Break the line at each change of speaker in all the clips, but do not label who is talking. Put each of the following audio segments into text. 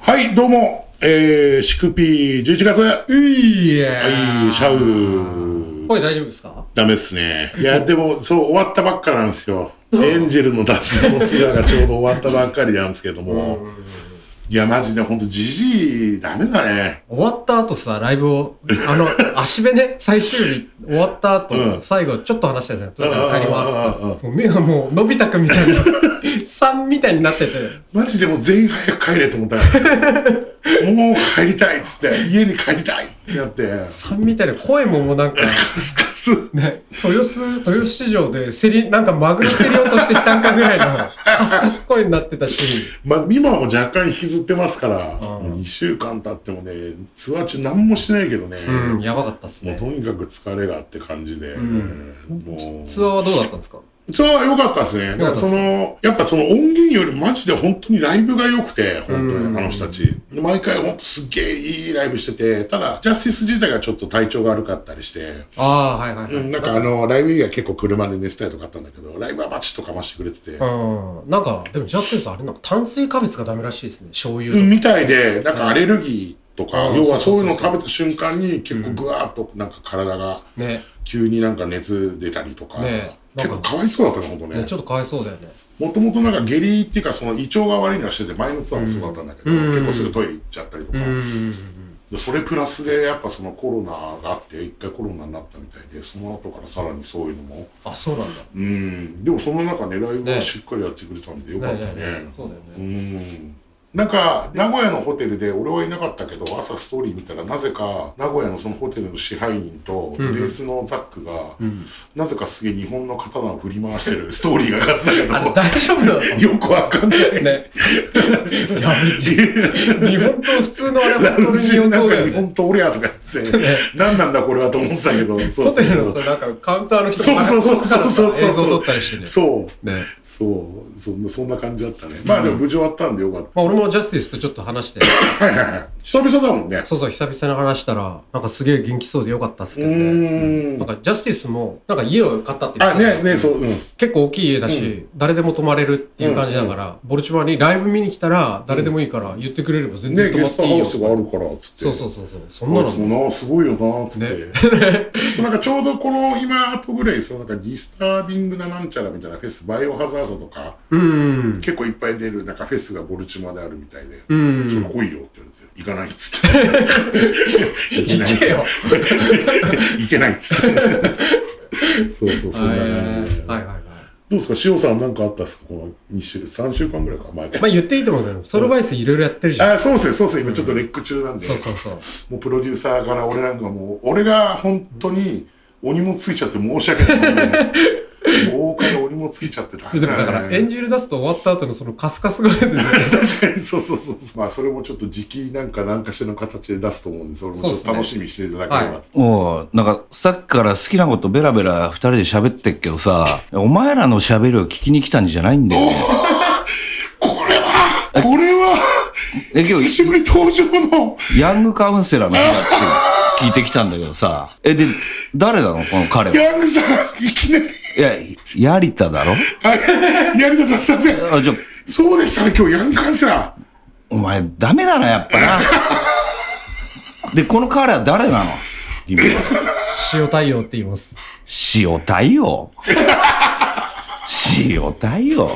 はい、どうも、えー、シクピー11月。はい、
いや
シャウ。
声大丈夫ですか
ダメっすね。い や、でも、そう、終わったばっかなんですよ。エンジェルの脱走ツ アーがちょうど終わったばっかりなんですけども。いや、マジで、ほんと、じじい、ダメだね。
終わった後さ、ライブを、あの、足辺ね、最終日終わった後、
うん
最後ちょっと話したじゃないです
うんうんうん
か。帰ります
うんうん。
もう目がもう、のび太くんみたい な、3みたいになってて、
マジでもう全員早く帰れと 思ったら、もう帰りたいっつって、家に帰りたいってなって、
3みたいな声ももう なんか、
カスカス。
ね、豊洲、豊洲市場で競り、なんかマグロ競り落としてきたんかぐらいの、カスカス声になってたし、
まあ、今も若干引きずってますから、
ん
もう2週間経ってもね、ツアー中何もしてないけどね。
うん、やばかったっす
もう
ね
と。にかく疲れがって感じで、もう
ツアーはどうだったんですか
ツアーは良かったですね。だからその、やっぱその音源よりマジで本当にライブが良くて、本当にあの人たち。毎回本当すっげえいいライブしてて、ただ、ジャスティス自体がちょっと体調が悪かったりして、
ああ、はいはいは
う
い。
んなんかあの、ライブ以外結構車で寝てたりとかあったんだけど、ライブはバチッとかましてくれてて、
うん、なんか、でもジャスティスあれなんか炭水化物がダメらしいですね。醤油
う
と
ん
か。
みたいで、なんかアレルギーとか、
うん
要はそういうのを食べた瞬間に結構ぐわーっとなんか体が
ね
急になんか熱出たりとか、
ねなん
結
か
構かわいそうだったね、本当
ね。ちょっとかわいそうだよね。
もともとなんか下痢っていうかその胃腸が悪いのはしてて前のツアーもそうだったんだけど、
うん
結構すぐトイレ行っちゃったりとか、
ん。
でそれプラスでやっぱそのコロナがあって一回コロナになったみたいでその後からさらにそういうのも
あ、そうなんだ。
うんでもその中ねライブはしっかりやってくれたんでよかったね
そうだよ
う
ね。
んなんか名古屋のホテルで俺はいなかったけど朝ストーリー見たらなぜか名古屋のそのホテルの支配人とベ
うん
ースのザックが、
ん
なぜかすげえ日本の刀を振り回してるストーリーが上がってたけど
あれ大丈 夫だった
よくわかんない。
ね。やべ、日本刀普通のあれ
ラ
本当
ウ
に
ン
日
ジ
本
なん
刀だ
か
よ
日
ね。
本刀おりゃとか言って
ね、
何なんだこれはと思ってたけ ど、 そう
ホ
そ
テ
う
ルの
そ
さ、
う。
なんかカウンターの人
そうそうそうそうそうそう
映像撮ったりしてね。
そう、
ね。
そう、そんな、そんな感じだったね。まあでも無事終わったんでよかっ
まあ俺もジャスティスとちょっと話して、
た。はいはいはい。久々だもんね。
そうそう、久々に話したら、なんかすげえ元気そうでよかったっす
う
けどね。
ー
なん
ん。
かジャスティスも、なんか家を買ったって言っ
あ、
てた
ね、ね、そう、うん。
結構大きい家だし、誰でも泊まれるっていう感じだから、ボルチマにライブ見に来たら、誰でもいいから言ってくれれば全
ね、
然泊
ゲ
ま
ス
って
ト
いい
ハ
よ。
ウ
そ
スがあるから、つって。
うそうそうそう。そんな
こい
の
つもな、すごいよな、つって。そうなんかちょうどこの今後ぐらい、そのなんかディスタービングななんちゃらみたいなフェス、バイオハザードとか、
うん。
結構いっぱい出る、なんかフェスがボルチマであるみたいで、
うん。
ちょっと来いよって言われて、行かないっつって。行
行けよ。
行けないっつって。そうそう、そんな感じで。
はいはいはい。
どうですか、塩さんなんかあったっすかこの2週、3週間ぐらいか、前で
ま。あ言っていいと思うんだけど、ソロバイスいろいろやってるじゃん。
あ、そうっすね、そうっすね、今ちょっとレック中なんで、
そうそうそう。
もうプロデューサーから俺なんかもう、俺が本当にお荷物ついちゃって申し訳ない。もう大金お荷物ついちゃってた。
でもだから、エンジェルダスト終わった後のそのカスカス声でね、
確かにそうそうそうそうまあそれもちょっと時期なんか何かしらの形で出すと思うんでそれもちょっと楽しみにしていただければ、
おうなんかさっきから好きなことベラベラ二人で喋ってっけどさ、お前らの喋りを聞きに来たんじゃないんだよ。
これはこれは
え、今
久
日、
しぶり登場の
ヤングカウンセラーの人だって聞いてきたんだけどさ、え、で、誰なのこの彼は。
ヤングさんいきなり
いや、ヤリタだろ
はいやりたさんすいません
あ、じゃ、
そうでしたね今日ヤングカンセラー
お前ダメだな、やっぱな。で、この彼は誰なの君は
塩対応って言います。
塩対応。塩対応。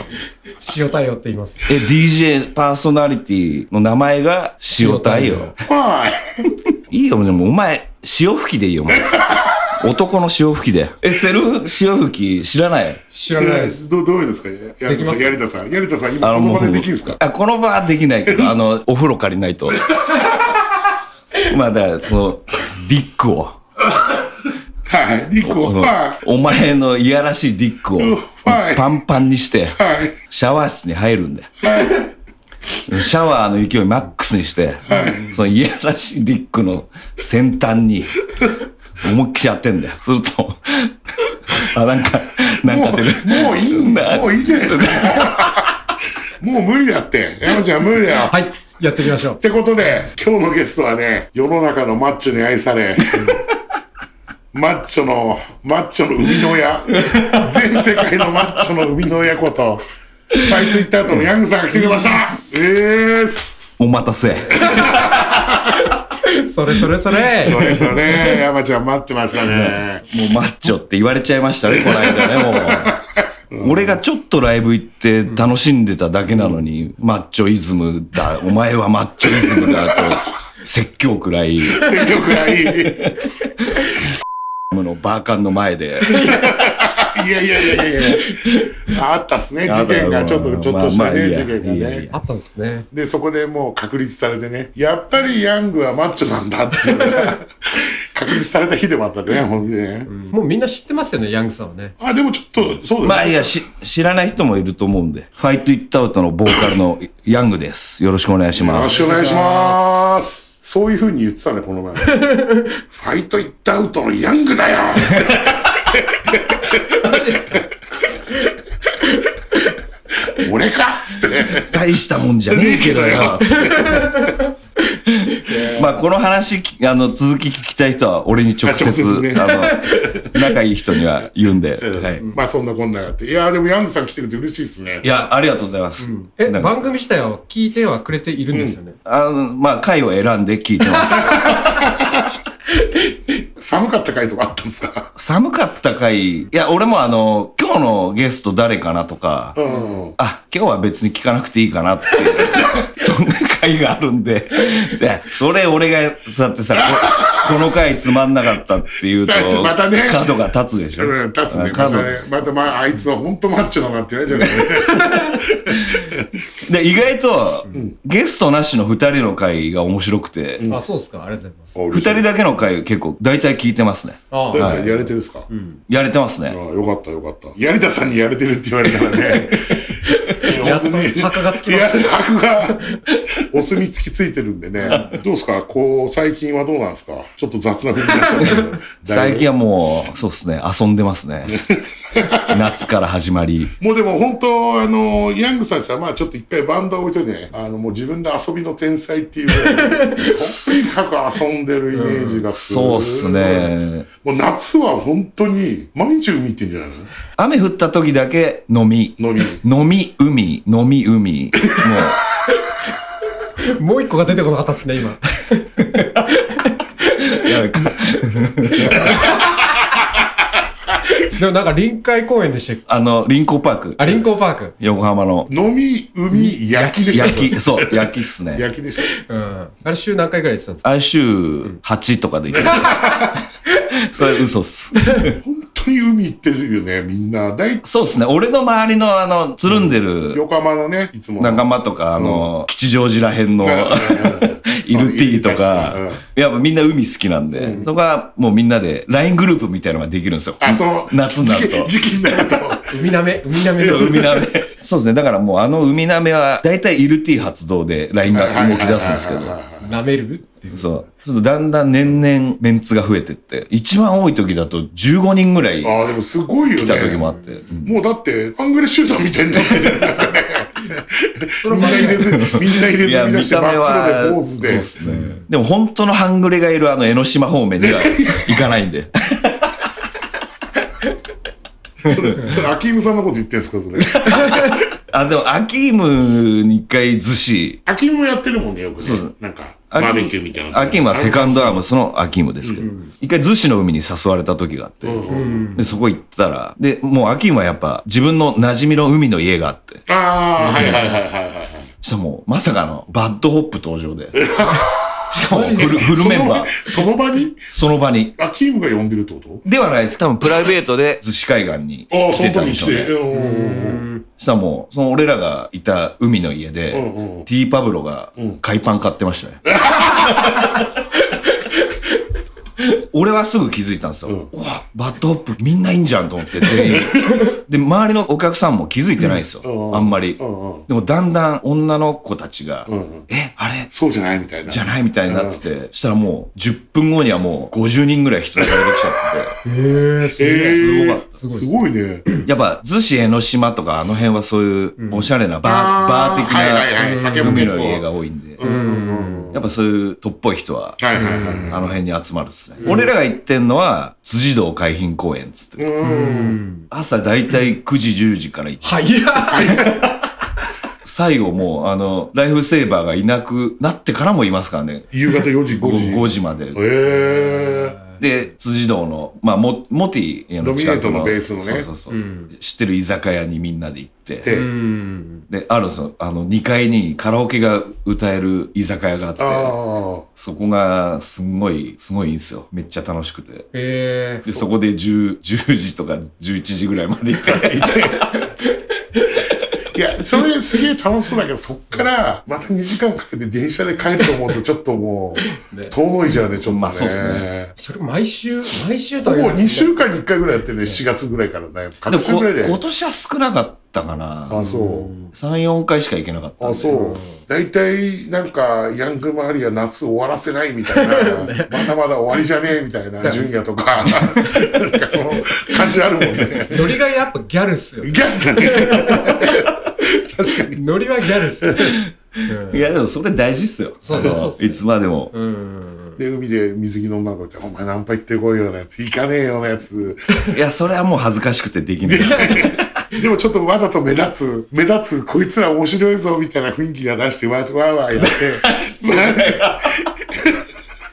塩対応って言います。
え、DJ パーソナリティの名前が塩対応。
はい
いいよ、でもお前、潮吹きでいいよ、お前。 男の潮吹きで。え、セルフ潮吹き知らない
知らないです。
どどうですかヤングさん
で
やりたさんやりたさん今
あ
この場
う
でできるんですか
あ、この場はできないけど、あの、お風呂借りな いと。まあ、だから、その、ディックを。
はいリコ
その
はい
お前のいやらしいディック
うん
を
はい
パンパン にして、
はい
シャワー室に入るんだよ。 シャワーの勢いマックスにして、そのいやらしいディックの先端に、思いっきしやってんだよ。すると、あ、なんか、なんか出る。
もうもういいんだもういいじゃないですか もう無理だって山ちゃん無理だよ
はい、やっていきましょう
っ。てことで、今日のゲストはね、世の中のマッチョに愛され、 マッチョの、マッチョの生みの 親、全世界のマッチョの生みの親こと、ファイト行った後のヤングさんが来てくれましたえーす
お待たせ。
それそれそれ。
それそれ、 山ちゃん待ってましたね。
もうマッチョって言われちゃいましたね、この間ね、もう。俺がちょっとライブ行って楽しんでただけなのに、マッチョイズムだ、お前はマッチョイズムだと、説教くらい、
説教くらい。いや
のバーカンの前で。
いやいやいやいや。あったっすね、 事件が。ちょっと、ちょっとした
まあまあ
ね、
いいや
事件が
いいやい
ね
や。
あったんですね。
で、そこでもう確立されてね、やっぱりヤングはマッチョなんだっていう のが確立された日でもあったんでね、ほんでね。
もうみんな知ってますよね、ヤングさんはね。
あ、でもちょっと、そう
ま
だ
あい
ね。
や、し知らない人もいると思うんで、ファイトイットアウトのボーカルの ヤングです。よろしくお願いし
よ
ま
ろ
す。
しくお願いします。そういう風に言ってたね、こ の前。ファイトイットアウトのヤングだよつって
マジですか
俺かつってね。
大したもんじゃねえけどよ。 まあこの話きあの続き聞きたい人は俺に直接
あ直接ね
あの仲いい人には 言うんで、はい、
まあそんなこんながあって。いや、でもヤングさん来てくれて嬉しいですね
い。やありがとうございます、
え、
なんか
番組自体は聞いてはくれているんですよね。
あのまあ回を選んで聞いてます
寒かった回とかあったんですか
寒かった回いや俺もあの今日のゲスト誰かなとか、
うん。
あ今日は別に聞かなくていいかなっていう どんな回があるんでいやそれ俺がさってさここの回つまんなかったっていうと
またね
角が立つでしょ、
うん、立つね。ま
角
たね、またまあ、あいつは本当マッチョだなって言われちゃうからね。
で、意外と、ゲストなしの二人の会が面白くて、二、
あ、そうですか。ありがとうございます。
人だけの会結構大体聞いてますね。
あ
大
あ
地さんやれてるんですか、
やれてます
ああ
ね。
よかったよかった。やりたさんにやれてるって言われたらね。
やっと
本当に
箔がつき
い
ま
や、
す。
箔が、お墨付きついてるんでね。 どうですかこう、最近はどうなんですかちょっと雑な風になっちゃった けど。
最
だい
近はもう、そうですね、遊んでま すね。夏から始まり。
ぶもうでも本当、あの、ヤングさんさ、まあちょっと一回バンドは置いといてね、あの、もう自分で遊びの天才っていうぐらい、とにかく遊んでるイメージがすごい
そうっす。ね。
もう夏は本当に、毎日海行ってんじゃない
雨降った時だけ飲み。
の飲み。
飲み、海、飲み、海。も
もう一個が出てこなかったですね、今。
う、いやか
でもなんか臨海公園でして、
あの、臨港パーク
あ、。臨港パーク。
横浜の。
飲み、海、焼きでしょ
焼き、そう、焼きっすね。
焼きでしょ
うん。あれ週何回ぐらい行ってたんですか
あれ週8とかで行ってるそれ嘘っす。
本当に海行ってるよね、みんな。大
そうですね。俺の周りの、あの、つるんでる
横浜のね、いつも。
仲間とか、あの、吉祥寺らへんの、
い
イルティーとか、やっぱみんな海好きなんで、そこはもうみんなで LINE グループみたいなのができるんですよ。
あ、そ の、
夏になると。
時期時期にな ると。
海なめ、海なめ。
そう、海鍋。そうですね。だからもうあの海鍋は、だいたいイルティー発動で LINE が動き出すんですけど
はいはいはいはいはい
なめる
そう。そうするとだんだん年々メンツが増えてって、一番多い時だと15人ぐらい来
ああ、でもすごいよね。
た時もあって。うん
もうだって、アングレ集団みたいになって る。
それ
みん
も
な
間違
入
い
れ
ない
ず、 みんな入れ
い
ず
や、
み出
見
して、
た目
真っ
は、
白で、
そう
坊
っ
主
す
で。
ね。でも本当のハングレがいるあの江ノ島方面には 行かないんで。
それ、それ、アキームさんのこと言ってんすか、それ。
あ、でも、アキームに一回寿司。
アキームもやってるもんね、よく
そうそう
ね。なんか、
アキ
バーベキューみたいな。
アキームはセカンドアームスのアキームですけど。一回寿司の海に誘われた時があって。で、そこ行ったら、で、もうアキームはやっぱ自分の馴染みの海の家があって。
ああ、はいはいはいはいはいはい。
そしたらもう、まさかのバッドホップ登場で。 しかも
マジ
フ
で
ル、フルメンバー、
その場その場に、
その場に。
アキームが呼んでるってこと
ではないです。多分プライベートで寿司海岸に
ああ、
来
その時
てたんで
に
し
来
ょうね。
て。うん
したらもう、その俺らがいた海の家で、
うんうん
T パブロが海パン買ってま したね。俺はすぐ気づいたんですよ。うわ、バッドホップみんないいんじゃんと思って、全 員。で、周りのお客さんも気づいてないんですよ。
うん
あんまり。
うんうん
でもだんだん女の子たちが、
うん
え、あれ
そうじゃないみたいな。
じゃないみたいになってて、したらもう10分後にはもう50人ぐらい人が出てきちゃってて。
へえ、すげえ。
ええ
す
すご
ごいっ
い
す
ね。
やっぱ、逗子江ノ島とかあの辺はそういうおしゃれなバー、バー的
あはいはいはい
な
酒も
海
結構
の家が多いんで、
うん。
やっぱそういうとっぽい人は、
はいはいはい
あの辺に集まるっすね。俺らが行ってんのは、辻堂海浜公園っつって。
うん。
朝だいたい9時10時から行って、
早い。
最後もう、あの、ライフセーバーがいなくなってからもいますからね。
夕方4時、5
5,
時。
5時まで。
へえ。
で、辻堂の、まあ、モモティ
ド
の
ミネ
近
ート
く
の
の、
ベースのね
そうそうそうう、
ん。
知ってる居酒屋にみんなで行って、
で
うん。
で、あるんですよあの、2階にカラオケが歌える居酒屋があって、
あ
そこがすんごい、すごいいいんですよ。めっちゃ楽しくて。
え
で、そこで10、10時とか11時ぐらいまで行っ て、
あ。いて。いや、それすげえ楽しそうだけど、そっからまた2時間かけて電車で帰ると思うと、ちょっとも
ね
う、遠のいじゃうね、ちょっとね。
まあそうっすね
それ毎週、毎週
ほ
とは
ぼ
言わない
2週間に1回ぐらいやってるね、4月ぐらいからね。
で
各週
も
ぐらいで
こ。今年は少なかったか
あ、
な。
そう。
3、4回しか行けなかったんで。
あ、そう。大体、なんか、ヤングマリア夏終わらせないみたい な、まだまだ終わりじゃねえみたいな、純也とか、なんかその感じあるもんね。
ノリがやっぱギャルっすよ
ギ。ャルだね。確かに。
ノリはギャルっす。
いや、でもそれ大事っすよ。
そうそうそうっすね
あのいつまでも。
うん。 うん。
で、海で水着飲んだのって、お前ナンパ行ってこいようなやつ、行かねえようなやつ。
いや、それはもう恥ずかしくてできない。
でもちょっとわざと目立つ、目立つ、こいつら面白いぞ、みたいな雰囲気が出して、わーわーわーやって、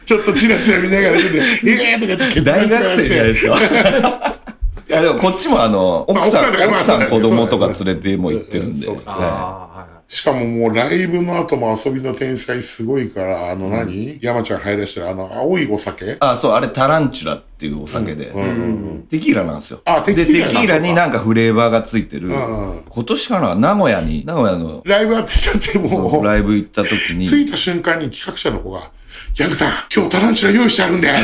ちょっとチラチラ見ながら出て、ええーとかって決
大学生じゃな
て
いで。すか。いや、でもこっちもあの、奥さん、
奥さんとかまあ
奥さん
そう
子
だね
供とか連れても行ってるんで。
そうだね
あ
は
あ、はい。
しかももうライブの後も遊びの天才すごいから、あの何、山ちゃん入らしてるあの青いお酒
いあ、そう、あれタランチュラっていうお酒で
う。ん。
テキーラなんですよ。
あテキーラ
で、
か
テキーラになんかフレーバーがついてる。
うん
今年かな名古屋に、名古屋の
ライブやってちゃってもう、
ライブ行った時に、
着いた瞬間に企画者の子が、ヤングさん、今日タランチュラ用意してあるんで。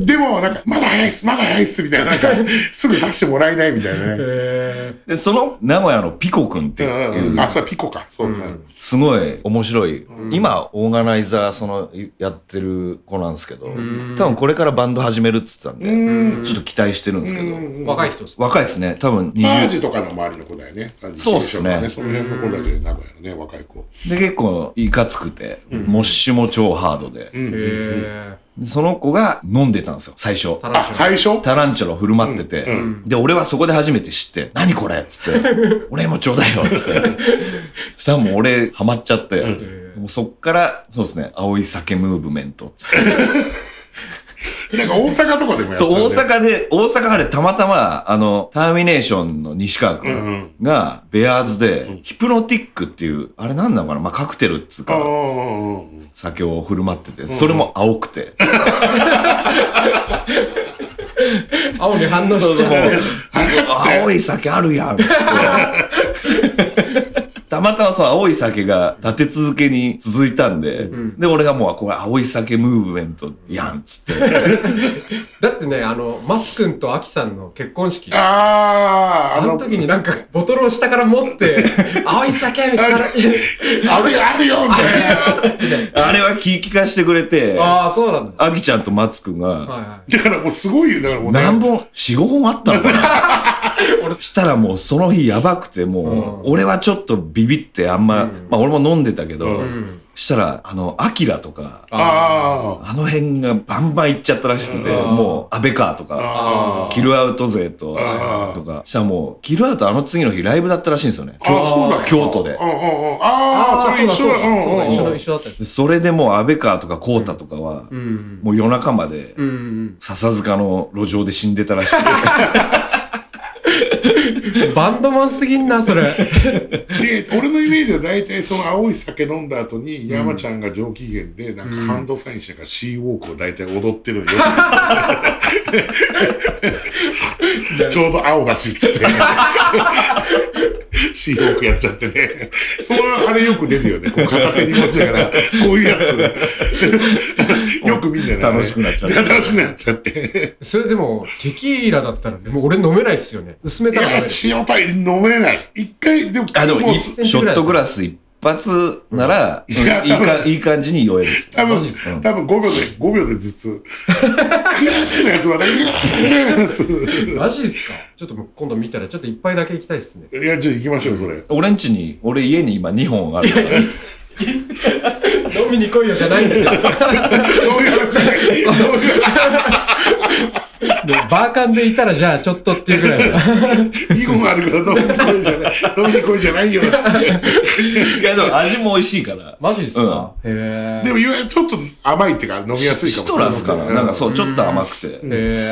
でも、なんか、まだ早いっす、まだ早いっす、みたいな、なんか、すぐ出してもらえないみたいなね。
え
で、その名古屋のピコ君って
う
い
ん
う
うん、あ、そう、ピコか。そうだ、
すごい面白い、今オーガナイザーそのやってる子なんですけど、多分これからバンド始めるっつってたんで、ちょっと期待してるんですけど、
ー、若い人っす。
若いですね多分
マー
20
ジとかの周りの子だよね。
そうっすね
その辺の子たちで名古屋のね、若い子。
で結構いかつくて、モッシュも超ハードで、
へえ。
でその子が飲んでたんですよ最初
タ
あ、
ランチュラ。
最初
タランチュラを振る舞ってて、で俺はそこで初めて知って「何これ?」っつって 「俺もちょうだいよ」っつってそしたらもう俺ハマっちゃって、もうそっからそうですね青い酒ムーブメントっつって
なんか大阪とかでもやってた
そ
よ
う、
ね
大阪で、大阪でたまたま、あの、ターミネーションの西川く
うんうん
んが、ベアーズで、ヒプノティックっていう、あれなんなのかなまあ、カクテルっつう
あ
か、
ー
酒を振る舞ってて、それも青くて。
青に反応しちゃう。
あれっつって
青い酒あるや んっつって。たまたまその青い酒が立て続けに続いたんで、で、俺がもう、これ青い酒ムーブメントやんっつって。
だってね、あの、松くんと秋さんの結婚式。
あー、
あ
あ
の
の、
時になんか、ボトルを下から持って、青い酒みたいな。
あるよ、あるよ、みたいな。
あれは聞きかしてくれて、
ああ、そうなんだ。
アキちゃんと松くんが、
はいはい。
だからもうすごいよ、だからもうね。
何本 ?4、5本あったのかな 俺したらもうその日やばくて、もう、俺はちょっとビビってあんま、まあ俺も飲んでたけど、
ん
したら、あの、アキラとか、
あ
あの辺がバンバン行っちゃったらしくて、
うん
もう、安倍かと
あ
か、キルアウト勢と、
あ
とか、したらもう、キルアウトあの次の日ライブだったらしいんですよね。
あ、ああ、そうだっけ
京都で
うんうんうんああ、それ一緒だ。うん
そうだ、
うん
一緒
う
の
ん
一緒だったやつ。
でそれでもう、安倍かとか、コータとかは、
うん。
もう夜中まで、
うん。
笹塚の路上で死んでたらし くて、
バンドマンすぎんな、それ。
で、俺のイメージは大体その青い酒飲んだ後に、山ちゃんが上機嫌で、なんかハンドサインしながらシーウォークを大体踊ってるのよ。 ちょうど青だし、つ って。シーウォークやっちゃってね。そのあれよく出るよね。こう片手に持ちながら、こういうや つ。よくみんなね。
楽しくなっちゃって
楽しくなっちゃって。
それでも、テキーラだったらね、もう俺飲めないっすよね。薄め
い
た
や
らダメ、です。
塩対飲めない。一回、でも、
あ、でも
もう
い、ショットグラス一発なら、
んいや
うんいいかいい感じに酔える。
多分
マジっす、
多分5秒で、5秒で頭痛。クーのやつまた、クーのやつ。
マジですかちょっともう今度見たら、ちょっと一杯だけ行きたいっすね。
いや、じゃあ行きましょう、それ。
俺んちに、俺家に今2本あるから。
飲みに来いよじゃないんですよ。
そういう話じゃない。そういう話。
ババーカンでいたらじゃあちょっとっていうぐらいの。
2本あるから飲みに来いじゃない飲みに来いじゃないよっつって
いや、でも味も美味しいから。
マジですか、へ
でもいわゆるちょっと甘いっていうか飲みやすいか
シ
も
トラスか
う
な。
ん
なんかそう、ちょっと甘くて。
え。へ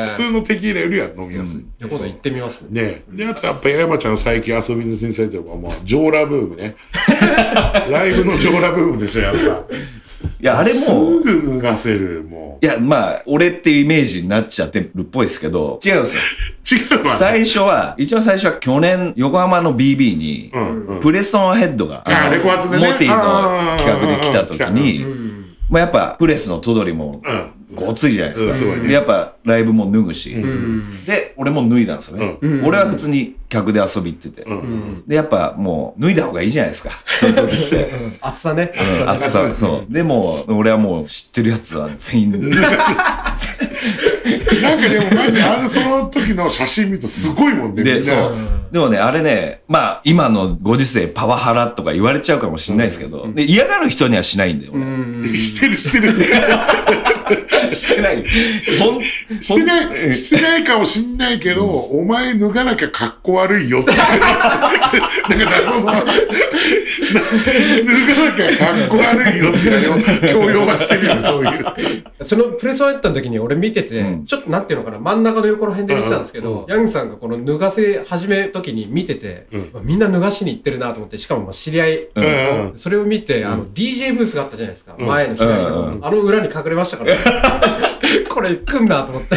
え
普。通のテキーラよりは飲みやすい、
今度行ってみますね。
ねで、あとやっぱ山ちゃん最近遊びの天才といえば、まあ、ジョーラブーム ね。ライブのジョーラブームでしょ、やっ
いや、あ
ぱ。
れ
す
も、
ぐ脱がせる、もう。
いや、まあ、俺っていうイメージになっちゃってるっぽいですけど、違うんですよ。
違うわ、ね。
最初は、一番最初は去年、横浜の BB に、
うんうん。
プレソンヘッドが、
あ
の
レコ発でね
モティの企画で来た時
う
に、
ん。
まあやっぱプレスのトドリも
うん
ごついじゃないです
う
か。
んすごいね
で、やっぱライブも脱ぐし、
うん。
で、俺も脱いだんですよね。
うんうん
俺は普通に客で遊び行ってて。
うん
うん。
で、やっぱもう脱いだ方がいいじゃないですか。そういう時って。
暑さね。暑
うん
さね。
暑さ、そう。でも、俺はもう知ってるやつは全員脱ぐ。
なんかでもマジあのその時の写真見るとすごいもんね、
で
みん
そ
な
う。でもね、あれね、まあ、今のご時世パワハラとか言われちゃうかもしれないですけど、で嫌がる人にはしないんだよ。
う
俺
ん。
してるしてる。
してない。ほん、ほん
してない、してないかもしんないけど、お前脱がなきゃ格好悪いよって。だからその、な脱がなきゃ格好悪いよっていうのを強要はしてるよね、そういう。
そのプレスワンやった時に俺見てて、
うん
ちょっとなんていうのかな、真ん中の横ら辺で見てたんですけど、ヤングさんがこの脱がせ始め時に見てて、みんな脱がしに行ってるなと思って、しかももう知り合い、
うんうん
それを見て、あの DJ ブースがあったじゃないですか。
ん
前の左の、
う
あの裏に隠れましたから、ね、これ来んなと思って。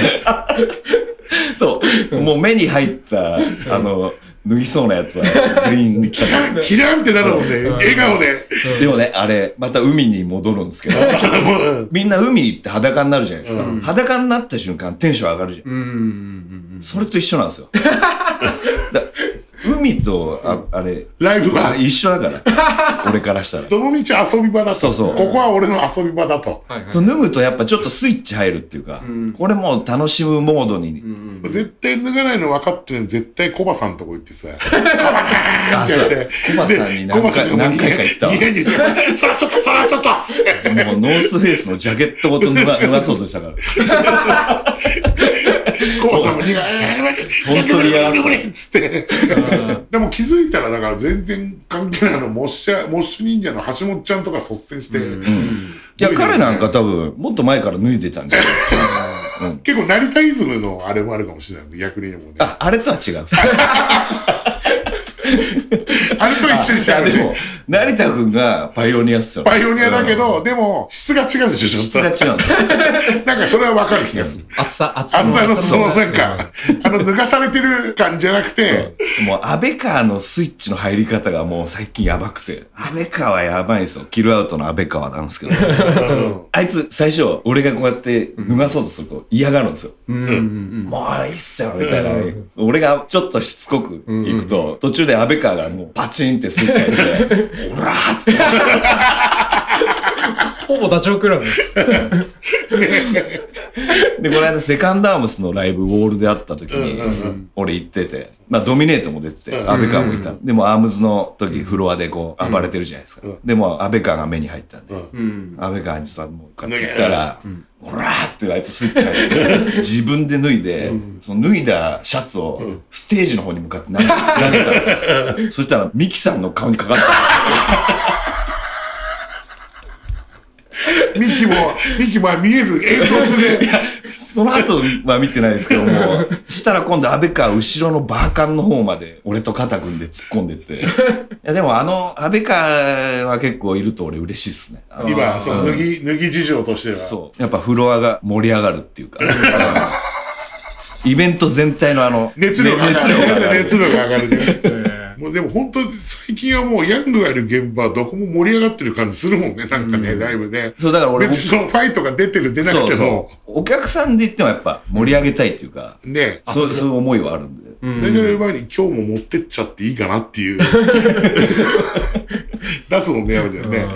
そう。もう目に入った、あの、脱ぎそうなやつは全員。
キランってなるもんね、笑顔で。
でもね、あれ、また海に戻るんですけど、
もう
みんな海行って裸になるじゃないですか。裸になった瞬間テンション上がるじゃん。
うんうんうん
それと一緒なんですよ。だ海と、ああれ、
ライブは、
一緒だから。俺からしたら。
どの道遊び場だと。
そうそう
ここは俺の遊び場だと。
うん。はいはい。
そう脱ぐとやっぱちょっとスイッチ入るっていうか、これもう楽しむモードに、
絶対脱がないの分かってるのに絶対コバさんとこ行って さ。
あ
って
そ
やっ
う
て
コバさんに
でコ
何
バさん
回
が
何回か行ったわ
家に家にそらちょっと、そらちょっとつって。
もうノースフェイスのジャケットごと 脱が脱がそうとしたから
コバさんも苦いえー
本当にやらせ
っつって。でも気づいたら、だから全然関係ないの、モッシャ、モッシュ忍者の橋本ちゃんとか率先して、
いや彼なんか多分もっと前から脱いでた んじゃない
結構成田イズムのあれもあるかもしれない。逆に言うもんね。
ああれとは違う
あれと一緒にしちゃう
で
し
も成田君がパイオニアっすよね
パイオニアだけど、でも、質が違うでしょ、
質
ちょ
が
っ
違 うんですよ
と。なんかそれはわかる気がする。
暑さ、暑さ。
あの、その
う
なんか、あの、脱がされてる感じじゃなくて、
もう安倍川のスイッチの入り方がもう最近やばくて安倍川はやばいんですよキルアウトの安倍川なんですけど
うん
あいつ最初俺がこうやって脱がそうとすると嫌がるんですよ
うんうんうん。
もういいっすよ、みたいな。俺がちょっとしつこく行くと、途中で安倍川がもうパチンってスイッチ入って、オラーっつって、
ほぼダチョウ倶楽部。
で、この間、セカンドアームスのライブ、ウォールで会った時に、俺行ってて、まあ、ドミネートも出てて、安倍川もいた。でも、アームズの時、フロアでこう、暴れてるじゃないですか
うん。
でも、安倍川が目に入ったんで、
うん。
安倍川にさ、もう、こうやって行ったら、オラーってあいつスイッチ入って、自分で脱いで、その脱いだシャツを、ステージの方に向かって投げ投げたんですよ。そしたら、ミキさんの顔にかかった。
ミキも、ミキも見えず演奏中で、
その後は見てないですけども、したら今度安倍川後ろのバーカンの方まで俺と肩組んで突っ込んでって。いやでもあの安倍川は結構いると俺嬉しいっすね。あの
今、その脱ぎ、脱ぎ事情としては。
そう。やっぱフロアが盛り上がるっていうか。 イベント全体のあの、
熱量が
ね
上
熱量が上が
がる。
る
熱量が上がるね。もうでも本当に最近はもうヤングがいる現場はどこも盛り上がってる感じするもんね、なんかね、ライブで。
そう、だから俺、
別にそのファイトが出てる出な
そ
く
う
て
そ
も、
う。お客さんで言ってもやっぱ盛り上げたいっていうか、
ね、
そうそういう思いはあるんで。
大体の前に今日も持ってっちゃ っていいかなっていう。出すもんね、山ちゃんね。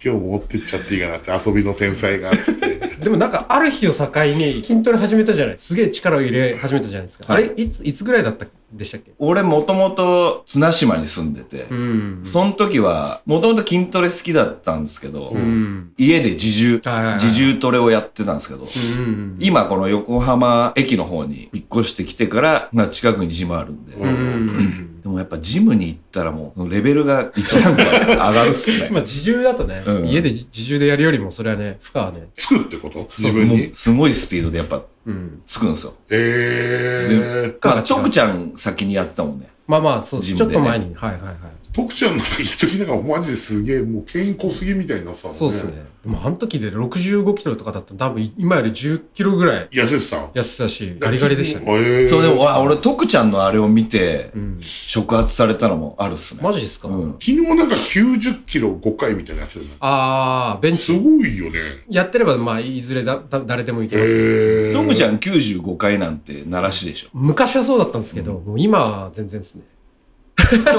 今日持ってっちゃっていいかなって遊びの天才がっつって
でもなんかある日を境に筋トレ始めたじゃないすげえ力を入れ始めたじゃないですか、
はい
あれいついつぐらいだったでしたっけ
俺もともと綱島に住んでて、
うん
その時はもともと筋トレ好きだったんですけど、
うん
家で自重、
はいはいはい
自重トレをやってたんですけど、
うん
今この横浜駅の方に引っ越してきてから、まあ、近くにジムあるんで、
う
うん
でもやっぱジムに行ったらもうレベルが一段階上がるっすね。
まあ自重だとね、
うん
家で自自重でやるよりもそれはね負荷はね、
つくってこと自分
そうも
に
うすごいスピードでやっぱ
うん、
つくんですよ。
ええ
負荷が
まあ、
違う
徳ちゃん先にやったもんね。
まあまあそう、
ジム
ち
で
ょっ
ね
と前にはいはいはい
徳ちゃんの一時なんかマジですげえもう健康すぎみたいになってたもんね
そうですねでもあの時で65キロとかだったら多分今より10キロぐらい
痩せてたん
痩せたしガリガリでしたね、
ええ
そうでも、わ俺徳ちゃんのあれを見て
うん、
触発されたのもあるっすね。
マジですか、
うん。
昨日なんか90キロ5回みたいなやつだよね
ああベン
す
チ
ごいよね
やってればまあいずれだだ誰でもいけます、
ええ
徳 ちゃん95回なんて鳴らしでしょ。
昔はそうだったんですけど、もう今は全然ですね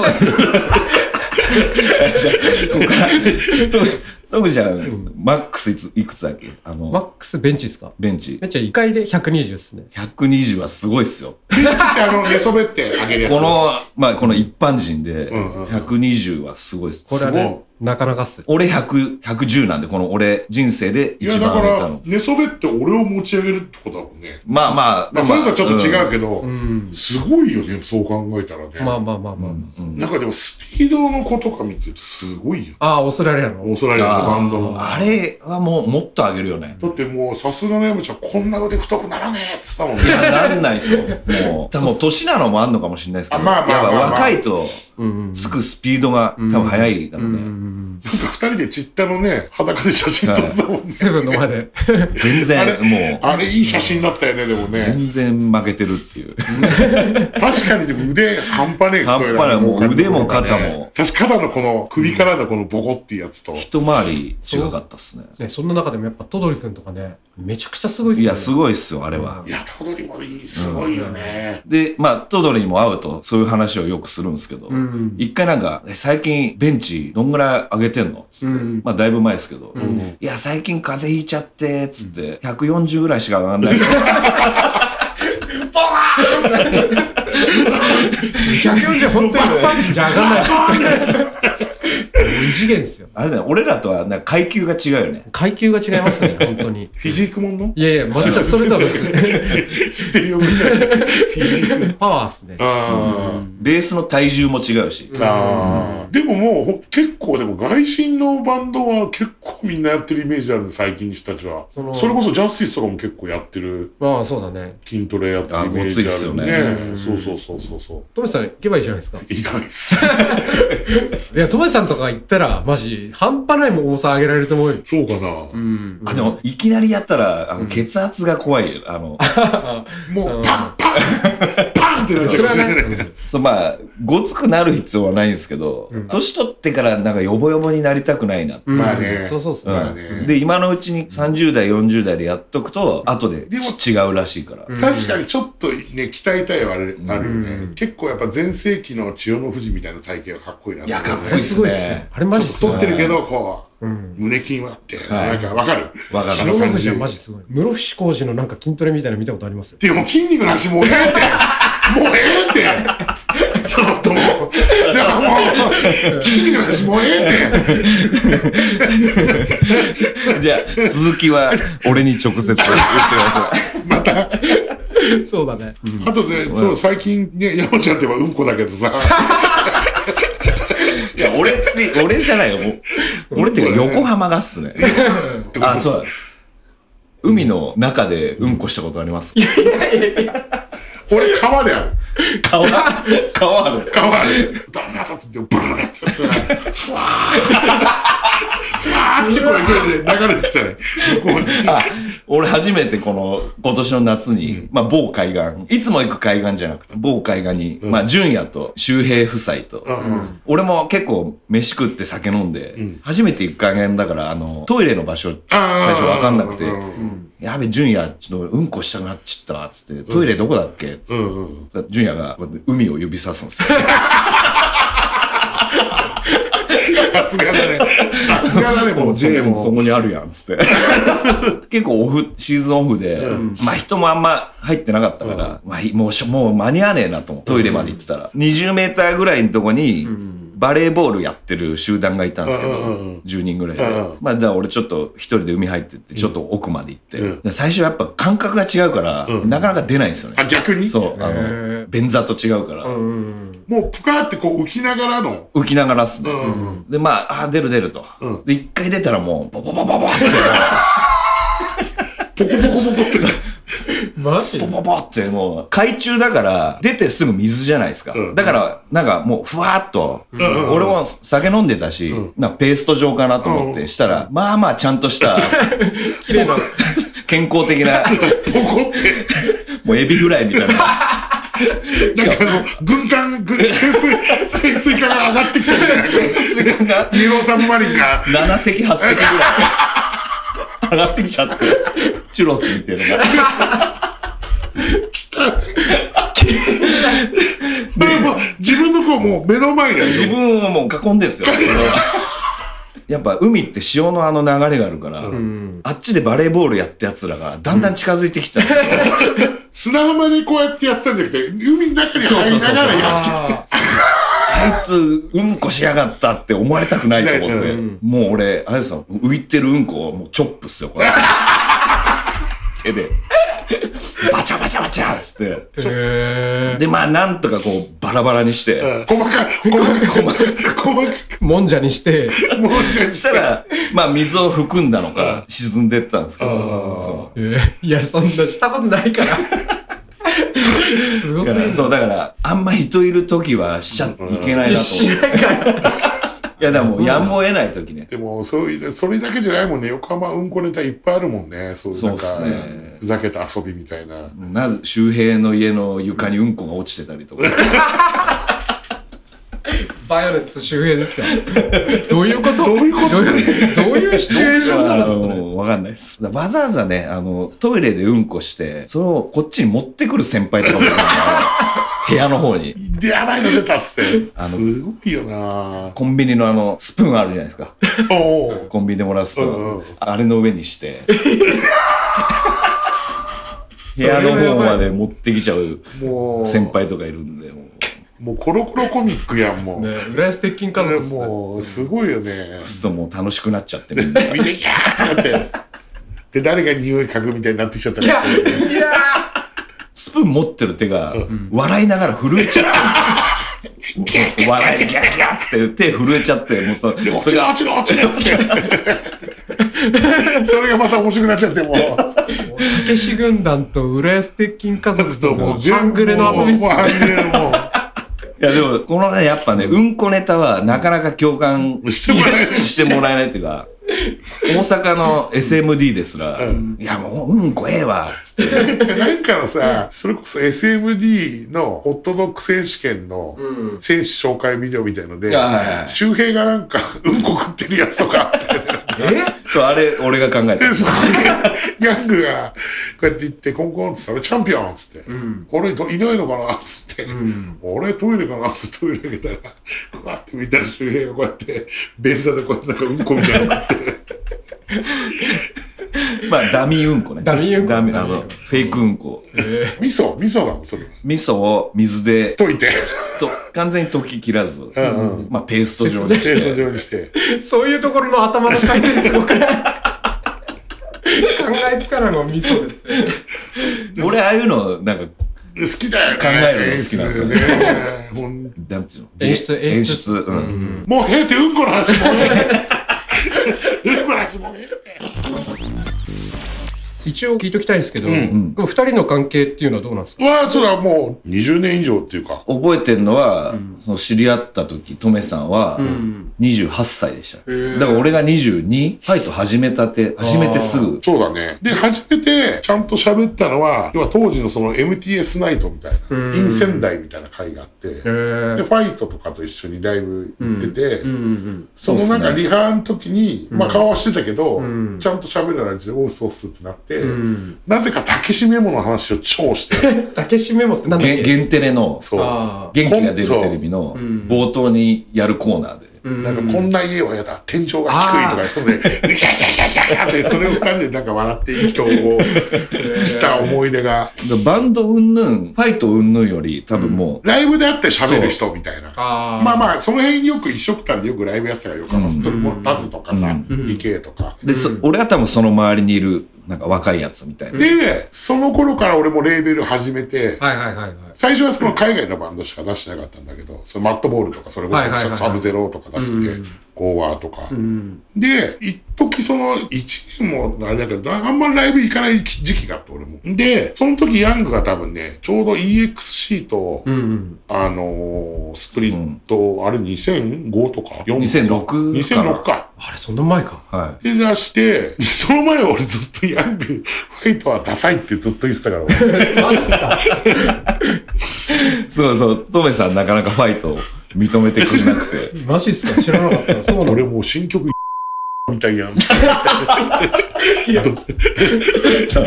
ここから徳徳ちゃん、マックスいついくつだっけあ
マ
の、
ックスベンチですか
ベンチ
ベ。ンチは1回で120ですね
120はすごいっすよ。
ってあの寝そべってあげるやつ
この、まあ、この一般人で、
うんうんうん
120はすごいっす。
これはねなかなかっす
俺100、110なんで、この俺人生で
いや
一
だか
番上げた
ら
の。
寝そべって俺を持ち上げるってことだもんね
まあまあ、
まあそれとはちょっと違う
け
けど、
うん
すごいよねそう考えたらね、
まあまあまあまあまあ、
なんかでもスピードの子とか見てるとすごいよ
ああオーストラリアの
オーストラリアのバンドの
あれはもうもっと上げるよね。
だってもうさすがの山ちゃんこんな腕太くならねえっつったもんね
いや、なんない っすよ。もう、多分年なのもあんのかもしれないですけど、
あまあまあまあまあ
やっぱ若いと
うんうん
つくスピードが多分速いだろうね。
ん
なんか二人でちったのね裸で写真撮ってたもん ね、
セブンの前で
全
あ
然、
れ
もう、
あれいい写真だったよねでもね
全然負けてるっていう。
確かにでも腕半端ねえ
半端ないもう腕も肩も
確か肩のこの首からのこのボコっていうやつと
一回り違かったっすね。
ねそんな中でもやっぱトドリ君とかねめちゃくちゃすごいっす
い
よ、ね、
や、すごいっすよ、あれは。
いやトドリもいいすごいよね、
で、まあ、トドリにも会うと、そういう話をよくするんですけど、
うん
一回なんか、え最近ベンチどんぐらい上げてんのつって
うん
まあ、だいぶ前ですけど、
ん
いや、最近風邪ひいちゃって、つって、140ぐらいしか上がんないです。
140本当に一般人じゃ上がんないです異次元ですよ
あれだよ、俺らとはなんか階級が違うよね。
階級が違いますね本当に
フィジークもんの
いやいや全くそれとは別に
知ってるよみたいなフィジーク
パワーっすね
あー、
ベースの体重も違うし。
あーでももうほ結構でも外人のバンドは結構みんなやってるイメージある最近の人たちは
そ
そ
の
れこそジャスティスとかも結構やってる
まあそうだね
筋トレやってるイメー
あごつい
ジあ
っすよ
る
ね
ねそうそうそうそうそう
トメさん行けばいいじゃないですか
いかないっす
いやトメさんとか行ったらマジ半端ないもん重さ上げられると思うよ
そうかな、
うん
あ、でも、いきなりやったら、あの、血圧が怖いよ。あの、
もうパンパンパンってなっちゃ
そうれ
かもし
は
れない
ね
そうまあ、ごつくなる必要はないんですけど、年取ってからなんかヨボヨボになりたくないなって。
うん
まあね
そうそうっす
うん
ね
まあね
で、今のうちに30代、40代でやっとくと、後で
でも
ち違うらしいから。
確かにちょっとね鍛えたいはあるあるよね、
うん
結構やっぱ全盛期の千代の富士みたいな体型はかっこいいなと思う
いやかっ
あ
こ
れ
いい
すごいっすよあれマ
ちょ
ジ
っ
っす
と
よ
太ってるけどこう、
うん
胸筋はあって、
はい
なんかわかる
わかる
あ
白
の
富
感
士
じ
はマジすごい室伏浩二のなんか筋トレみたいなの見たことあります
っていうもう筋肉の話もうええって。もうええって。ちょっともう。じゃあもう、筋肉の話もうええって。
じゃあ、続きは、俺に直接言ってください。
そうだね
あとね、そう、最近ね、山ちゃんって言えばうんこだけどさ。
いや、俺って、俺じゃないよ、もう。俺っていうか、横浜がっすね。 あ、そうだ。海の中でうんこしたことあります
俺、川である。
川川です
川で。ダメだとって、ブルルルって。ふわーって。ふわーってこれ、流れてたね。向こうに。
あ俺初めてこの今年の夏に、まあ、某海岸いつも行く海岸じゃなくて某海岸に、まあ、純也と周平夫妻と、俺も結構飯食って酒飲んで、初めて行く海岸だからあのトイレの場所最
あー
初分かんなくて
うんうん
「やべ純也ちょっとうんこしたくなっちゃった」っつって「トイレどこだっけ?」っつって、
うんうん。
純也がこうやって海を指さすんですよ
さすがだね。さすがだね、もう J も。
そこにあるやん、つって。 結構オフ、シーズンオフで、まあ人もあんま入ってなかったから、まあいもうしょ、もう間に合わねえなと思って、トイレまで行ってたら、20メーターぐらいのとこに、バレーボールやってる集団がいたんですけど
うんうんうん、
10人ぐらいで
うんうん。
まあ、だから俺ちょっと一人で海入ってって、ちょっと奥まで行って
うん、
で最初やっぱ感覚が違うから、なかなか出ないんですよ
あ、
ね。
逆に
そう、あ
へ
の
ー、
便座と違うから。
うんうん
もうプカーってこう浮きながらの。
浮きながらっすね。
うんう
で、まあ、あー出る出ると。
うん
で、一回出たらもう、ボボボボボって、
ポコポコポコって。
うん。マジ
ボボボって、もう、海中だから、出てすぐ水じゃないですか。
うん
だから、なんかもう、ふわっと、
ん
俺も酒飲んでたし、なんかペースト状かなと思っ
うん
て、したら、まあまあちゃんとした、
綺麗な。
健康的な、
ポコって。
もうエビフライみたいな。
なんかあの、軍艦、軍潜水、潜水艦が上がってきてるみたいな。
すがが、
ユーロサブマリンが。
7隻、8隻ぐらい、上がってきちゃって、チュロスみたいなのが。
それも自分のこうもう目の前にある
自分をもう囲んでるん ですよ。やっぱ海って潮のあの流れがあるから、あっちでバレーボールやった奴らがだんだん近づいてきたんですよ、
砂浜でこうやってやってたんじゃなくて、海の中に入りながらやって
あ
あいつうんこしやがったって思われたくないと思って、
うん
もう俺、あれですよ、浮いてるうんこをもうチョップっすよ、これ。手で。バチャバチャバチャっつって。
ーへ
で、まあなんとかこうバラバラにして、
細かい、細かい、細かい、細か
ーもんじゃにして、
い、もうじゃに
そし
したたら。
ら、まあ水を含んだのか沈んでったんですけど、そう
えーいや、そんなしたことないから。すごすぎる。
そう、だから、あんま人いるときはしちゃいけないなと
し
思う。
ないから。
いや、でも、やむを得ないときね。
でも、そういう、それだけじゃないもんね。横浜うんこネタいっぱいあるもんね。そういう、なんか
そうっすね、
ふざけた遊びみたいな。
なぜ、周平の家の床にうんこが落ちてたりとか。
バイオレンス周平ですから。どういうこと
どういうこと
どういうどういう シチュエーションなのそ
あ
れ。
のわかんないです。わざわざね、あの、トイレでうんこして、それをこっちに持ってくる先輩とか もいるんだよ部屋の方に。
で、やばいの出たっつって。
あの
すごいよな
コンビニのあの、スプーンあるじゃないですか。
おお。
コンビニでもらうスプ
うん
ー
うん
ン。あれの上 にして。部屋の方まで持ってきちゃう
もう、
先輩とかいるんで、もう。
もうコロコロコミックやん、もう。
ね、浦安鉄筋家族っすね。
もう、すごいよね。
ちょっともう楽しくなっちゃって みんな。
見て、いやーってなって。で、誰が匂い嗅ぐみたいになってきちゃった
い
り
や、
して
いや
スプーン持ってる手が、笑いながら震えちゃって。笑いでギャーギャーっつって手震えちゃって、もうそ
で、落
そ
ち
れ
ろ
が
落ちろ落ちろっつって。それがまた面白くなっちゃって、もう。
たけし軍団と浦安鉄筋家族との
全部
半グレの遊びっす
もう
ね。
半グレのも
いやでも、このね、やっぱね、うんこネタはなかなか共感
う、してもらえない。
してもらえないっていうか、大阪の SMD ですら、いやもううんこええわ、つって。
なんかのさ、それこそ SMD のホットドッグ選手権の選手紹介ビデオみたいので、
はいはいはい
周平がなんか、うんこ食ってるやつとかあって、
そう、あれ、俺が考えた。
でそこにヤングが、こうやって行って、コンコンっつって、俺チャンピオンっつって、俺どいないのかなっつって、俺トイレかなっつってトイレ開けたら、こうやって見たら周平がこうやって、便座でこうやってなんかうんこみたいなの 食って、
まあ、ダミーうんこね。
ダミーうんこ
ダミあの、フェイクうんこ。
え
味噌、味噌なのそれ。
味噌を水で、
溶いて、
と、完全に溶き切らず、
んう
まあ、ペースト状にして。
ペースト状にして。
ーそういうところの頭の回転すごくない考えつかないもん、味噌でって。
俺、ああいうの、なんか、
好きだよね。
考えるの好きなんですよね
ね。ほん
なんていうの
演出
で
演
演
出
出。うん。
もうへえってうんこの話もうえ え。うんこの話もうええって。
一応聞いときたいんですけど、これ二人の関係っていうのはどうなんですか
うわあ、そうだ、もう20年以上っていうか。
覚えてるのは、その知り合った時、トメさんは、28歳でした。
へえ
だから俺が22、ファイト始めたて、始めてすぐ。
そうだね。で、初めてちゃんと喋ったのは、要は当時のその MTS ナイトみたいな、
ん
インセンダイみたいな会があって、
へ
で、フ
ー
ァイトとかと一緒にライブ行ってて、
うんうん
その
そう
な
っ
ん
すね
かリハの時に、まあ顔はしてたけど、
ん
ちゃんと喋らないで、おうすおうすってなって、
ん
なぜか竹しメモの話を超して、
うん。竹しメモってなんだっ
げ
け
ゲンテレの、
そう。
ああ。
元気が出るテレビの、冒頭にやるコーナーで。
なんかこんな家は嫌だ、天井が低いとか、それで、うしゃしゃしゃしゃしゃって、それを二人でなんか笑っていい人をした思い出が、
バンド云々ファイト云々より多分も
ライブであって喋る人みたいな。
あ
まあまあ、その辺よく一緒くたでよくライブやってたからよくわかんない、
うん
それもタズとかさ、
ん
理系とか。
うで、そ俺は多分その周りにいるなんか若いやつみたいな、
で、その頃から俺もレーベル始めて、
はいはいはいはい。
最初はその海外のバンドしか出してなかったんだけど、そのマットボールとか、それこ
はいはいはいは
そ
い
サブゼロとか出して
うん
て、ゴーワーとか。
うん。
で、一時その1年もあれだけど、あんまりライブ行かない時期があって、俺も。で、その時ヤングが多分ね、ちょうど EXC と、
うんうん。
あのースプリット、あれ2005とか ?4
2006
2006
かな
か。
あれ、そんな前か。
は
で出して、でその前は俺ずっとヤング、ファイトはダサいってずっと言ってた から、俺
マジっすか
い、 そうそうトメさんなかなかファイトを認めてくれなく て
マジっすか知らなかった。そうなの
俺もう新曲 みたいやん。ド
そう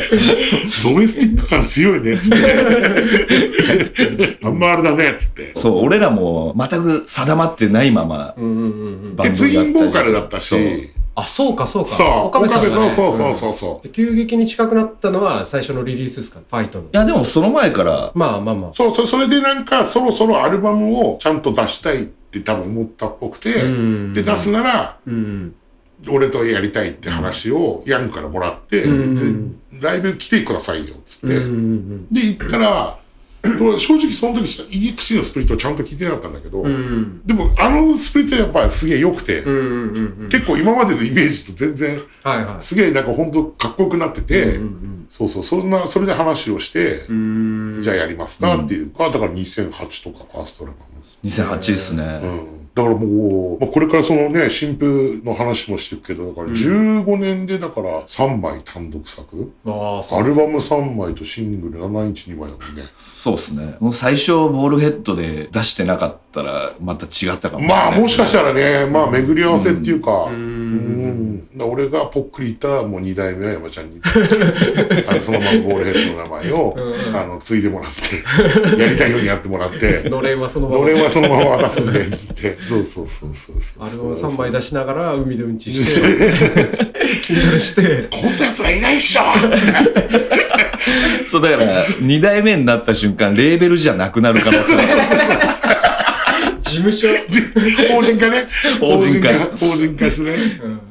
ドメスティック感強いね、つ って。あんまあれだね、つって。
そう俺らも全く定まってないまま
うんうんうんうん。
バン
で、
ドやったり
ツインボーカルだった
そう
し、
あ、そうかそうか。
そう、岡部
さんがね
そうそうそうそうそ
で急激に近くなったのは最初のリリースですかファイトの
い。やでもその前から
まあまあまあ
う。。そう、そそれでなんか、そろそろアルバムをちゃんと出したいって多分思ったっぽくて、
うん
で、出すなら、
うん。
俺とやりたいって話をヤングからもらって、
うん
でライブ来てくださいよ、つって。
うんうんうん
で、行ったら、俺正直その時 EXC のスプリットをちゃんと聞いてなかったんだけど、
うん。
でもあのスプリットやっぱりすげえ良くて、
うんうんうんうん。
結構今までのイメージと全然
はいはい。
すげえなんかほんとかっこよくなってて、
うん
そうそうそんなそれで話をして、
うんうん。
じゃあやりますかっていうか、だから2008とかファーストアルバムです、
2008ですね、
うん、だからもう、まあ、これからそのね新風の話もしていくけどだから15年でだから3枚単独作、
ああ、そ
ア
う。
ルバム3枚とシングル7インチ2枚だもんね
そうですね。もう最初、ボールヘッドで出してなかったら、また違ったかもしれない、
まあもしかしたらねまあ巡り合わせっていうか、
う。
うんん、だから俺がぽっくり言ったらもう2代目は山ちゃんに あのそのままボールヘッドの名前を
うん
あの継いでもらってやりたいようにやってもら って
のれんはそのま
の
ま。
れんはそのまま渡すんでつってそうそうそうそうそう
アルバム3枚出
し
しながら海でうんちして、筋トレして。
こんな奴らいないっしょ
そう、だから、2代目になった瞬間、レーベルじゃなくなる可能性
事務所。
じ法人化ね
法人化
法人化してね
うん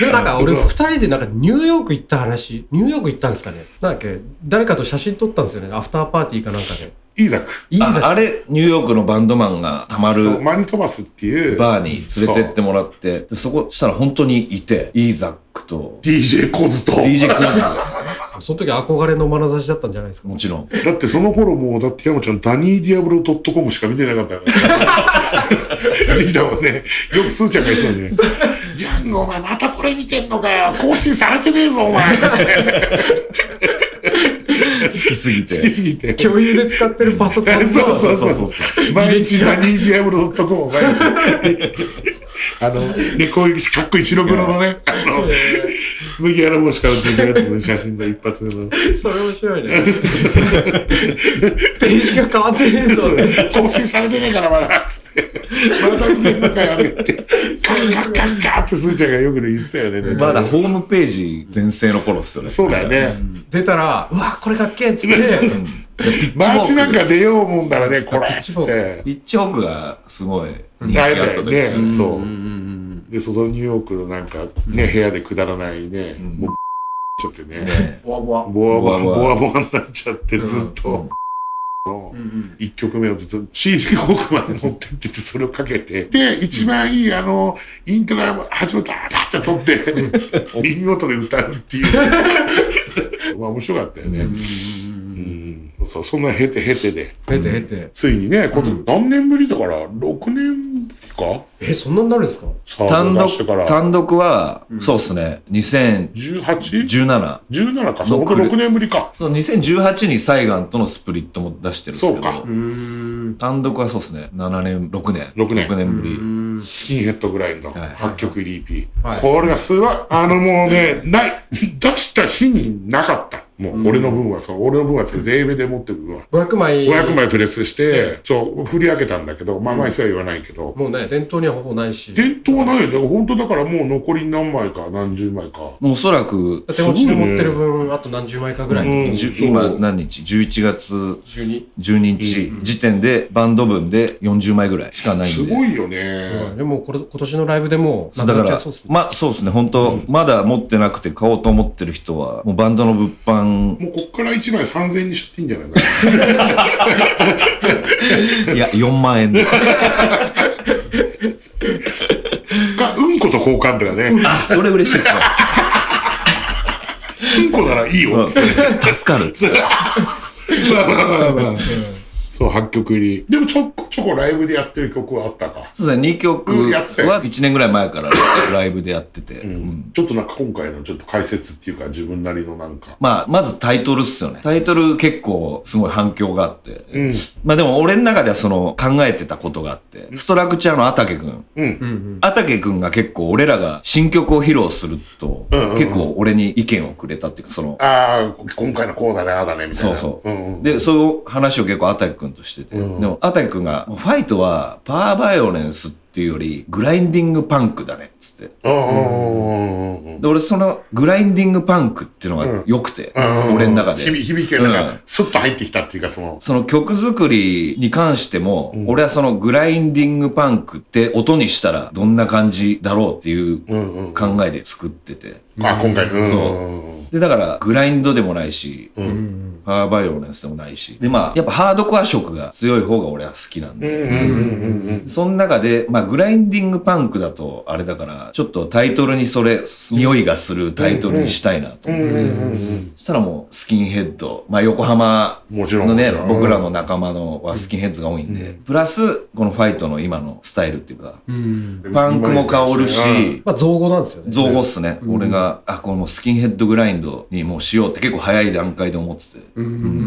でもなんか俺二人でなんかニューヨーク行った話、ニューヨーク行ったんですかねなんだっけ誰かと写真撮ったんですよねアフターパーティーかなんかで。
いいザク
いい
あ
ぜ。
あれ、ニューヨークのバンドマンがたま
そう
る
マニトバスっていう
バーに連れてってもらって、そこしたら本当にいて、イーザックと、
DJ コズと
DJ クイ
その時憧れの眼差しだったんじゃないです
ズ
か
もちろん。
だってその頃もうだって山ちゃんダニーディアブロドットコムしか見てなかった から時期だもんねよくすーちゃんが言ってたね「ヤングお前またこれ見てんのかよ更新されてねえぞお前」
好きすぎて。
好きすぎて
共有で使ってるパソコンの
そうそう
そ
そうう
そ
そうう
そ
毎日ダニーディアブロドットコムを毎日あのねこういうかっこいい白黒のねあの麦わら帽子から出てるやつの写真の一発目の
それ面白いね。 ページが変わってねえぞ。
更新されてねえからまだつってまだ見てんのかよねってカッカッカッカッってすーちゃんがよくね言ってたよね
う。まだホームページ全盛の頃っすよね。
そうだよね
出たら、うわ、これかっけえっつって、
マーチなんか出ようもんだらねこれっつって
ピッチホークがすごい人気があ
会
っ
えた
た
よ
時ですよ
ねそ
うん
う
うんうん
でそのニューヨークのなんかね部屋でくだらないねもうちゃってね
ね。
ボワボワ。
ボワボワ
ボ
ボ
ワボ
ワボワになっちゃってずっとの1曲目をずっと CD 奥まで持ってっててそれをかけてで一番いいあのイントロ始まったパッて取って耳元で歌うっていう まあ面白かったよねうんそうそんな経て経てで
へてへて。
ついにね今度何年ぶりだから6年ぶりか
え、そんなになるんですか
サー
単
ブ出
独
してから、
単独は、そうですね、2017。
18?17 かそう
六
ほんと6年ぶりか
その2018にサイガンとのスプリットも出してるんですけ
そうか
ど
う、ん。
単独はそうですね、7年、6年。
6年
6年ぶり。
スキンヘッドグラインド、
はい
8曲入り EP、
はい
これがすごいあのもうねない出した日になかったもう俺の分はそう俺の分はってレーベで持ってる分は
500枚
500枚プレスしてそう振り上げたんだけどまあ枚数は言わないけど
もうね伝統にはほぼないし
伝統はないよね本当だからもう残り何枚か何十枚か
おそらく、
手持ちで持ってる分あと何十枚かぐらい
うん
じゅ
そう
今何日 ?11 月
12
12日時点でバンド分で40枚ぐらいしかない
す
んで。
ごいよ
そう
ね
でもこれ今年のライブでもう
そうだか
なくなっちゃい
ら
そうっす、ね
まあそうですね、本当、まだ持ってなくて買おうと思ってる人は、もうバンドの物販、
もうこっから1枚3000円にしちゃっていいんじゃないか な
いや、4万円で。
かうんこと交換とかね
あ、 それ嬉しいっすね。
うんこならいい よ
そう助かるっつって。
まあまあまあまあそう8曲入りでもちょこちょこライブでやってる曲はあったか
そうですね、2曲
うんやってたよ
は1年ぐらい前からライブでやってて。うん
ちょっとなんか今回のちょっと解説っていうか自分なりのなんか
まあ、まずタイトルっすよね。タイトル結構すごい反響があって。
うん
まあでも俺の中ではその考えてたことがあって、ストラクチャーのあたけくん。
うん
うんうん
あたけくんが結構俺らが新曲を披露すると、
うんうん
結構俺に意見をくれたっていうか、その、
ああ、今回のこうだね、ああだね、みたいな。
そうそ
んうん、
で、そういう話を結構アタイくんとしてて。
うん
でも、アタイくんが、ファイトはパワーバイオレンスっていうより、グラインディングパンクだね、っつって。
うんうんうんうん
で、俺その、グラインディングパンクっていうのが良くて、
うん。
俺の中
響
で。
響きがなん
う
か、スッと入ってきたっていうか、その、
その曲作りに関しても、
ん
俺はそのグラインディングパンクって音にしたらどんな感じだろうっていう
うんうん。
考えで作ってて。
あ、今回の。うん
そ
うん
で、だから、グラインドでもないし、
うん
うん
パワーバイオレンスでもないし。で、まあ、やっぱハードコア色が強い方が俺は好きなん
うん。う
で。
んうんうんうん。
その中で、まあ、グラインディングパンクだと、あれだから、ちょっとタイトルにそれ、匂いがするタイトルにしたいなと
う
思っ
ん
て。
うんうん
そしたらもう、スキンヘッド、まあ、横浜
うん。もちろん。
のね
もち、ん
僕ら。の仲間のはスキンヘッズが多いんで、プラス、このファイトの今のスタイルっていうか、
うん
うん
パンクも香るし、
まあ造語なんですよね
造語っすね。俺が、あ、このスキンヘッドグラインドにもうしようって結構早い段階で思ってて。
うんうん
う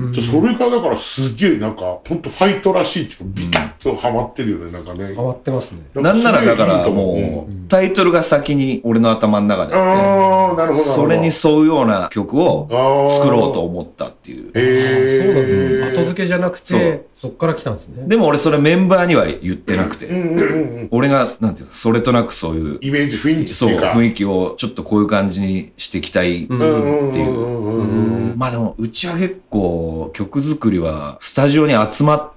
んそれがだからすげえなんか、ほんとファイトらしいっていうか、ビタッとハマってるよね、なんかね。
変わってますね
なんならだ
す
か
げえいい
ら
と思
もう、タイトルが先に俺の頭の中で
うんああ、なるほど。
それに沿うような曲を作
作
ろうと。思ったっていう。
へえ。
そうなんだ後付けじゃなくてそっから来たんですね
でも俺それメンバーには言ってなく
う
て、
んうんうんうん。
俺が、なんていうか、それとなくそういう、
イメージ雰囲気って
そう、
いうか。
雰囲気をちょっとこういう感じにしていきたい。
うん
う
うん
んうんうんうんうんうん。
まあでも、うちは結構曲作りは、スタジオに集まって、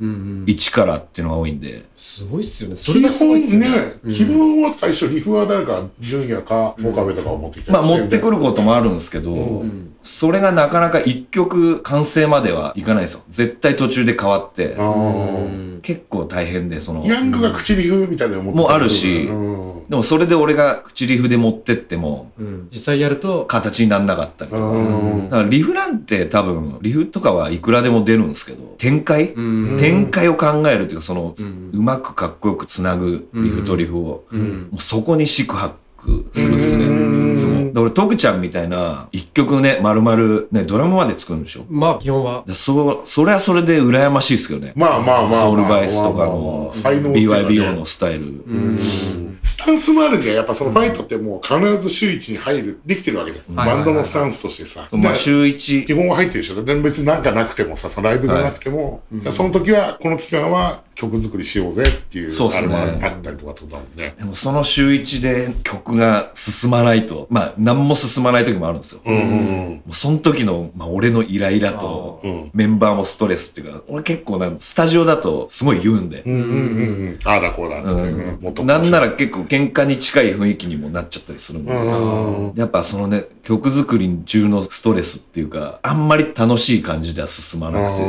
うん
一からっていうのが多いんで、
すごいっすよねそ
基
れがすごいっす
本
よ
ね
う、ん
基本は最初、リフは誰か、純也か、岡部とかを持ってきたり
まあ
して
持ってくることもあるんですけど
う、
それがなかなか一曲完成まではいかないですよ。絶対途中で変わって
あ、ー
結構大変で、その、
ヤングが口リフみたいなの持ってきたりするうん
でもそれで俺が口リフで持ってっても、
うん実際やると
形になんなかったりと
う
か。
ん
だからリフなんて多分、リフとかはいくらでも出るんですけど、展開、
うん
展開を考えるというか、その、
うん
うまくかっこよくつなぐリフとリフを、
うん
もうそこに四苦八苦するっすね。
うん
いつも。で俺、徳ちゃんみたいな、一曲ね、丸々、ね、ドラムまで作るんでしょ。
まあ基本は
でそう、それはそれで羨ましいですけどね。
まあまあまあまあ
ソウルバイスとかの、
まあまあ才能っていうかね
BYBO のスタイル。
スタンスもあるんだよ。やっぱそのファイトってもう必ず周一に入る、できてるわけじゃん。
はいはい
バンドのスタンスとしてさ。
まあ、
で
週一
基本は入ってるでしょ。で別になんかなくてもさ、そのライブがなくても、その時は、この期間は曲作りしようぜっていう、
そうっ
あ
す
れ
ね
もあったりとかってことだもんね。
でもその週一で曲が進まないと、まあ何も進まない時もあるんですよ。
うんうん
もうその時の、まあ俺のイライラと
う、ん。
メンバーもストレスっていうか、俺結構なんスタジオだとすごい言うんで
う、んうんうんうん。ああだこうだっつって、うんもっとこうしよう
なんなら結構喧嘩に近い雰囲気にもなっちゃったりするんで、
うん
やっぱそのね、曲作り中のストレスっていうか、あんまり楽しい感じでは進まなくて、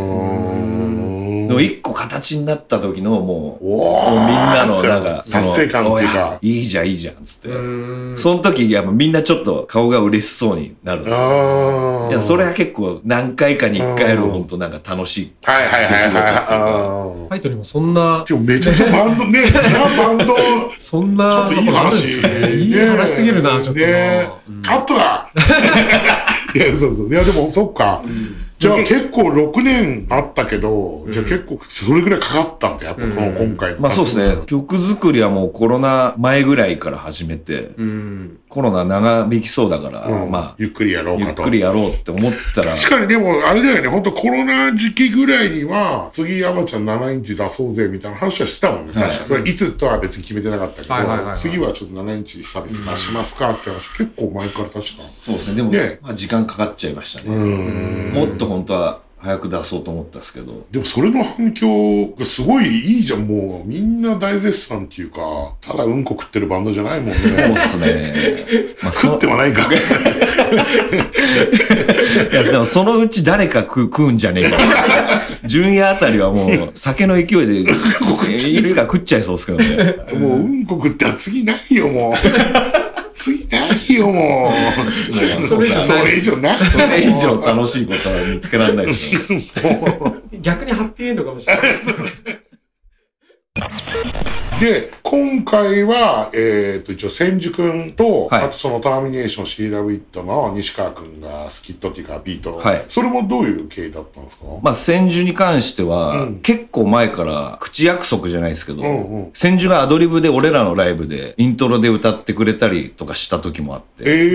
でも一個形になった時のもう、
おー
もうみんなのなんか、
達成感っていう
そのおや
か。
いいじゃんいいじゃんっつって。
うん
その時、やっぱみんなちょっと顔が嬉しそうになるんですよ。
あー
いや、それは結構何回かに一回ある本当なんか楽しい。
はいはいはいはい
出来事っていうか
は。
ファイトにもそんない
でもめちゃくちゃバンドね、 バンド、ち
そんな
ょっといい話。
ことあるんですねいい話すぎるなちょっとな
ね
うん
カットだいや、そうそう。いや、でもそっか。じゃあ結構6年あったけど、じゃあ結構それぐらいかかったんだ、やっぱこの今回の、
まあそうですね。。曲作りはもうコロナ前ぐらいから始めて、
うん。
コロナ長引きそうだから、
うん、
まあ、
ゆっくりやろう
ゆ
か
っ
と。
くりやろうって思ったら、
確かにでも、あれだよね、本当コロナ時期ぐらいには、次山ちゃん7インチ出そうぜみたいな話はしたもんね。確
はい
かに。それいつとは別に決めてなかったけど、
はいはいはいはい
次はちょっと7インチ久々に出しますかって話、結構前から確か。
そうですね。でも、
ね
まあ時間かかっちゃいました
う
ね。
ん。
もっと本当は早く出そうと思ったんですけど、
でもそれの反響がすごいいいじゃん、もう。みんな大絶賛っていうか、ただうんこ食ってるバンドじゃないもん
そう
ね。
っすね。まあそ
食
の
ってはないか。
いや、でもそのうち誰か食う食うんじゃねえ か。純也あたりはもう酒の勢 いで、いつか食っちゃいそうですけどね。
もううんこ食ったら次ないよ、もう。次ないよ、もう。
それ以上
そ
ない
れ以上ない。
それ以上楽しいことは見つけられないですね。
逆にハッピーエンドかもし れない。
で、今回は、えっ、と、一応、千住くんと、
はい
あとそのターミネーションシーラウィットの西川くんがスキットっていうかビート、
はい
それもどういう経緯だったんですか、
まあ、千住に関しては、
うん
結構前から口約束じゃないですけど、
うんうん
千住がアドリブで俺らのライブでイントロで歌ってくれたりとかした時もあって、
ええ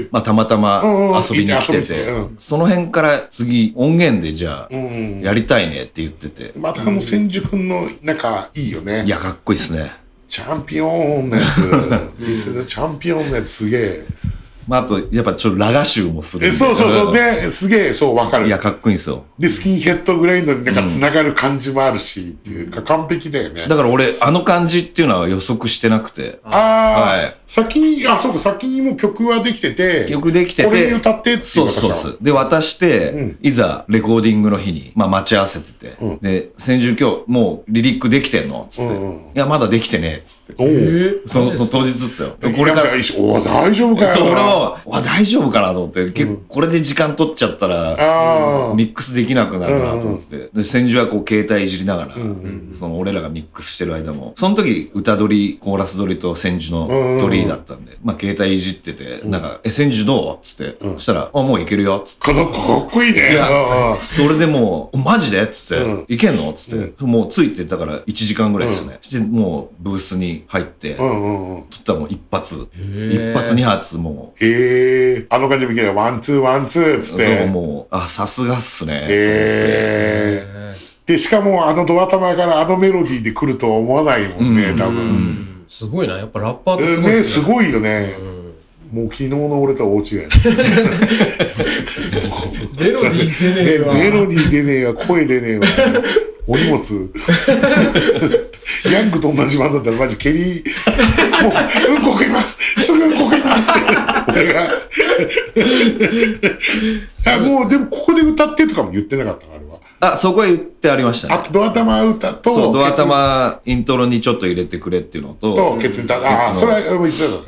ー。
まあ、たまたま
うんうん
遊びに来
遊び
て
に来て
て、
うん
その辺から次音源でじゃあ
うんうん
やりたいねって言ってて、
またあの千住くんのなんかいいよね
いやかっこいいっすね。
チャンピオンのや つ This is a チャンピオンのやつすげえ
まあ、あとやっぱちょっとラガ集もするんで
えそうそうそうねすげえそうわか
いや
る
かっこいいんですよ。
でスキンヘッドグラインドになんかつながる感じもあるし、っていうか完璧だよね
だから俺あの感じっていうのは予測してなくて、
ああ、
はい
先にあそうか先にもう曲はできてて
よくできてて
これに歌ってってい
そうう
形
そう
だ
そう。で、渡して、
うん
いざレコーディングの日に、まあ待ち合わせてて、
うん
で、先住今日もうリリックできてんのつって、
うんうん
いや、まだできてねえっつって。
おお、
その、その
う。
当日っすよ。
こ
こ
れ
れ
か
からら、
おお大丈夫かよ
そう、俺は、わ、大丈夫かなと思って、結構これで時間取っちゃったら、
ああ、
ミックスできなくなるなと思ってて、で、先住はこう携帯いじりながら、
ん
その俺らがミックスしてる間も、その時歌取り、コーラス取りと千住の取りだったんで、まあ携帯いじってて、なんか、え、千住どうっつって、そしたら、あ、もういけるよ、つって。
この子かっこいいね
いや
うんうん
それでもう、マジでっつって、
うん
いけんのっつって、もうついてだから1時間ぐらいですよね。して、もうブースに入って、
う
取
んうんうん
ったらもう一発、
ー
一発二発もう、
ええあの感じで見てワンツーワンツーっつっ
そう
て
もう、あ、さすがっすね。
ええ
え
でしかもあのドア玉からあのメロディーで来るとは思わないもんね、
うん
多
ーう
分、
ん。すごいな。やっぱラッパーっ
え
てす
ー
ごい
ね
ですすね。
ごいよね、もう昨日の俺とは大 違い
メロディー出ねえ
え
わ。
メロディー出ねえわ、声出ねえわ。お荷物。 ヤングと同じバンドだったらマジ蹴り、もう、うんこ食いますすぐうんこ食いますって、俺が。あもう、でもここで歌ってとかも言ってなかったなあれは。
あ、そこは言ってありました
あ
ね。
と、ドア玉歌と、
そう、ドア
ケ
頭、イントロにちょっと入れてくれっていうの
ツと、
と、
ケツにああ、
ケツ
そ
の
れはもう言ってたんだ。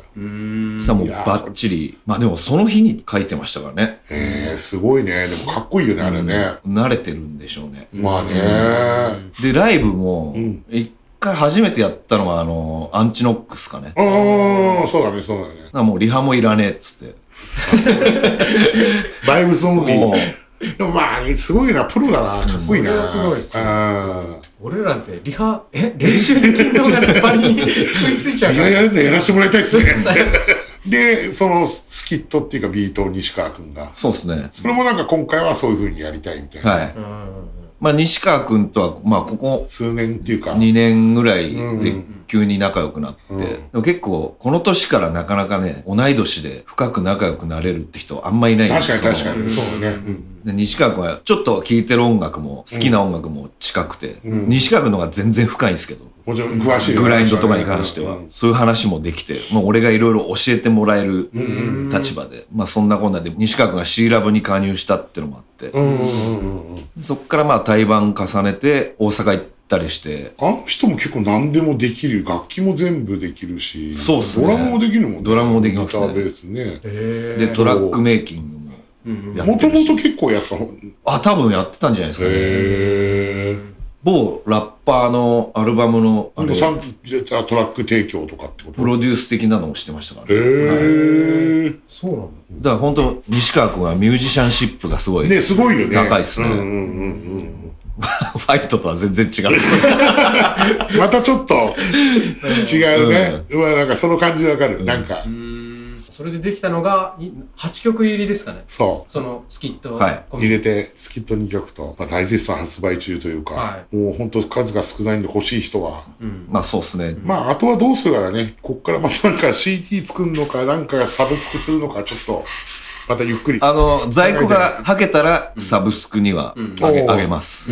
そしたらもうバッチリ、まあでもその日に書いてましたからね。
えー、すごいね。でもかっこいいよね、あれね。
慣れてるんでしょうね。
まあね。
で、ライブも
ん、
一回初めてやったのは、あの、アンチノックスかね。
うん、そうだね、そうだね。
だからもうリハもいらねえっつって。
バイブソング
もう、
でもまあ、すごいな、プロだな、かっこいいな。
それはすごいっすね
あ
俺らってリハ、え練習できるのがやっぱり 食いついちゃ
あ。
う
い
か
や、や
ら。
るのやらせてもらいたいっ すね。で、そのスキットっていうかビートを西川くんが。
そうですね。
それもなんか今回はそういう風にやりたいみたいな。
はい。まあ、西川くんとは、まあ、ここ
数年っていうか。
2年ぐらい
うんう
で急に仲良くなって、
うん
でも結構、この年からなかなかね、同い年で深く仲良くなれるって人あんまいないんで
確
す
か
よ
に確かに。
ん
そうだね。うん
で西川くんは、ちょっと聴いてる音楽も、好きな音楽も近くて、
うん
西川くんの方が全然深いんですけど、
もちろん詳しいよね
グラインドとかに関しては、
うん
そういう話もできて、もう俺がいろいろ教えてもらえる立場で、まあそんなこんなで、西川君が C ラブに加入したってのもあって、
うんうんうんうん。
そっからまあ対バン重ねて、大阪行ったりして、
あの人も結構何でもできる。楽器も全部できるし。
そうっすね
ドラムもできるもんね。
ドラムもできますね
ギターベースね。
え
で、トラックメイキングもや
も
って
と
る
も
し
と、結構やってたの。
あ、多分やってたんじゃないですかね。
へえ。
某ラッパーのアルバムの、あ
でも
れ、
サンあトラック提供とかってこと
プロデュース的なのをしてましたから
へ
ね。
え、
そうなんだ。
だから本当西川君はミュージシャンシップがすごい、
ね、すごいよね。
高いっすね
うんうんうん
ファイトとは全然違 う。
うん。またちょっと違うね。うわ、なんかその感じわかる。なんか、
うんそれでできたのがい8曲入りですかね
そ
そのスキット
はい
う。入れて、スキット2曲と、まあ、大絶賛発売中というか、
は
もう本当数が少ないんで欲しい人は。
うん
まあそうですね。
まあ、あとはどうするかだね。こっからまたなんか CD 作るのか、なんかサブスクするのか、ちょっと、またゆっくり。
あの、在庫がはけたら、サブスクには
うん
あげ,、
おー
ます。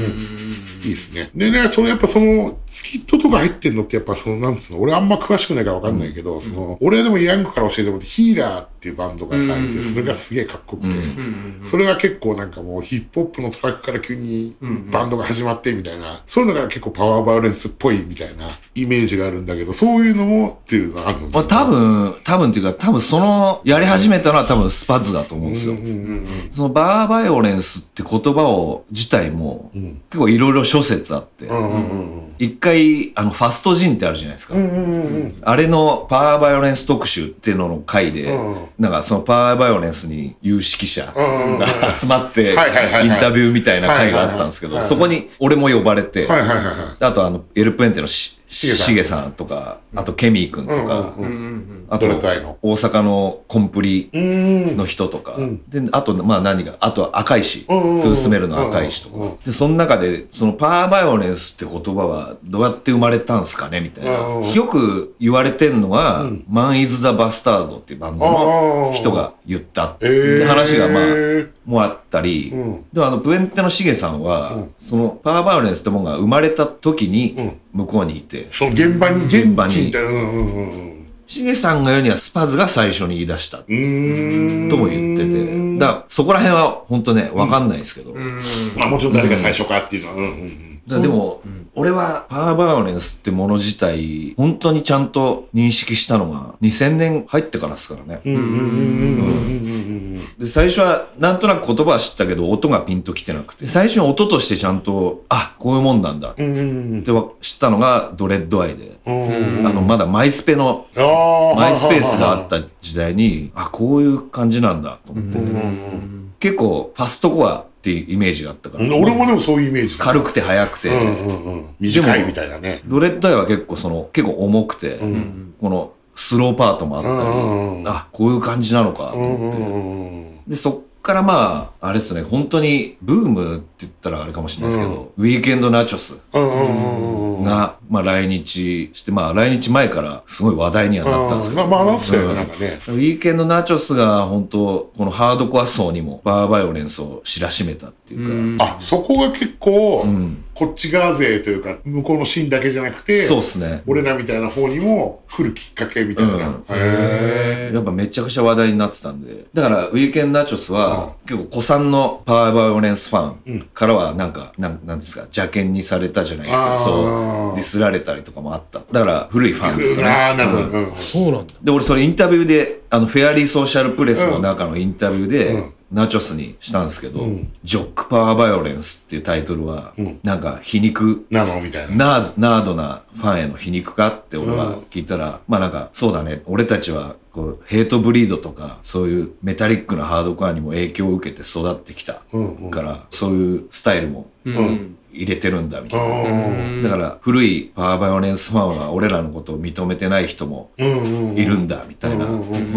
いいですね。でね、それやっぱその、スキットとか入ってんのってやっぱその、なんつうの、俺あんま詳しくないからわかんないけど、その、俺はでもヤングから教えてもらって、ヒーラーっていうバンドがさ、いて、それがすげえかっこよくて、
うんうん
それが結構なんかもうヒップホップのトラックから急にバンドが始まってみたいな、そういうのが結構パワーバランスっぽいみたいなイメージがあるんだけど、そういうのもっていうのがあるのね
まあ多分、多分っていうか、多分その、やり始めたのは多分スパズだと思うんですよ。
うんうん
そのバーバイオレンスって言葉を、自体も、
うん。
結構いろいろ諸説あって
う、んうんうん
一回、あの、ファストジンってあるじゃないですか。
うん。うんうんうん
あれのパワーバイオレンス特集っていうのの回で、
うん
なんかそのパワーバイオレンスに有識者
うん
が集まってイン
はいはいはいはい
タビューみたいな回があったんですけ
は
ど、
いはいはい
そこに俺も呼ばれて、
はいはいはいは
あとあの、エルプエンテのし
シゲさん
しげさんとか、あとケミーくんとか、
うんうんうん
うんうん
あ
い。
と
どれと愛の。
大阪のコンプリ
うんうん
の人とか、
うん
で、あとまあ何が、あと赤石、
うんうんうん
トゥースメルの赤石とか、
うんうんうん
で、その中で、そのパワーバイオレンスって言葉はどうやって生まれたんすかねみたいな、
うんうん
よく言われてんのは、
ん
マン・イズ・ザ・バスタードっていうバンドの人が言ったって話がまあ、
え
もあったり、
ーうん
でもあのプエンテのシゲさんは、
うん
そのパワーバイオレンスってもんが生まれた時
うん
に向こうにいて、
その現場に、現
現場に
地みたいな。うんうんうん
シゲさんが言うにはスパズが最初に言い出した
うーん。
とも言ってて、だからそこら辺は本当ね、わかんないですけど、
うん
まあもちろん誰が最初かっていうのは。うんうんうん。
だからでも、俺はパワーバイオレンスってもの自体、本当にちゃんと認識したのが2000年入ってからですからね。
うんうんうんうんうん
で、最初はなんとなく言葉は知ったけど、音がピンときてなくて、最初に音としてちゃんと、あ、こういうもんなんだっ
うんうんうん
てわ知ったのがドレッドアイで、
うん。
あの、まだマイスペの
ああ。
マイスペースがあった時代に、あ、こういう感じなんだと思って、
うんうん
結構ファストコアっていうイメージがあったか
う
ら、
ん。俺もでもそういうイメージだ
軽くて速くて、
うんうんうん。短いみたいなね。
ドレッドアイは結構その、結構重くて、
うん
このスローパートもあっ
うんう
たり、
んうん。
あ、こういう感じなのかと
う
思
ん
っ
うん
て、
うんうん。
で、そっからまあ、あれですね、本当にブームって言ったらあれかもしれないですけど、ウィーケンドナチョス
うんうんうんうん。うん
が、まあ来日して、まあ来日前からすごい話題にはなったんですけど、
まあまあ、なってたよね、なんかね。
ウィーケンドナチョスが本当このハードコア層にもバーバイオレンスを知らしめたっていうか、
うん
あ、そこが結構
う、ん
こっち側勢というか、向こうのシーンだけじゃなくて、
そうっすね。
俺らみたいな方にも来るきっかけみたいな。
うん
へ
へ
やっぱめちゃくちゃ話題になってたんで。だから、ウィーケンドナチョスは、結構、古参のパワーバイオレンスファ
うん
ンからは、なんか、なんなんですか、邪険にされたじゃないです
あ
か。
ー
そう。ディスられたりとかもあった。だから、古いファンです
ー
よね。
ああ、なるほど。
うん
うん
そうなんだ
で、俺、それインタビューで、あの、フェアリーソーシャルプレスの中のインタビューで、
うん
ナチョスにしたんですけど、
うん
ジョックパワーバイオレンスっていうタイトルは、
うん
なんか、皮肉
なのみたいな。
ナーナードなファンへの皮肉かって俺は聞いたら、まあなんか、そうだね、俺たちはこうヘイトブリードとか、そういうメタリックなハードコアにも影響を受けて育ってきた
うんうん
から、そういうスタイルも
うん
ん
入れてるんだみたいな。
うん
だから古いパワーバイオレンスファンは俺らのことを認めてない人も
うんうん。
いる
へ
んだみたいなこ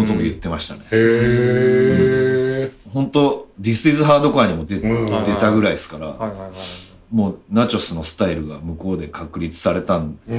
とも言ってましたね。
え。
本当 This is Hard コアにも出出
うん
たぐらいですから、
はいはいはい
もうナチョスのスタイルが向こうで確立されたん、
う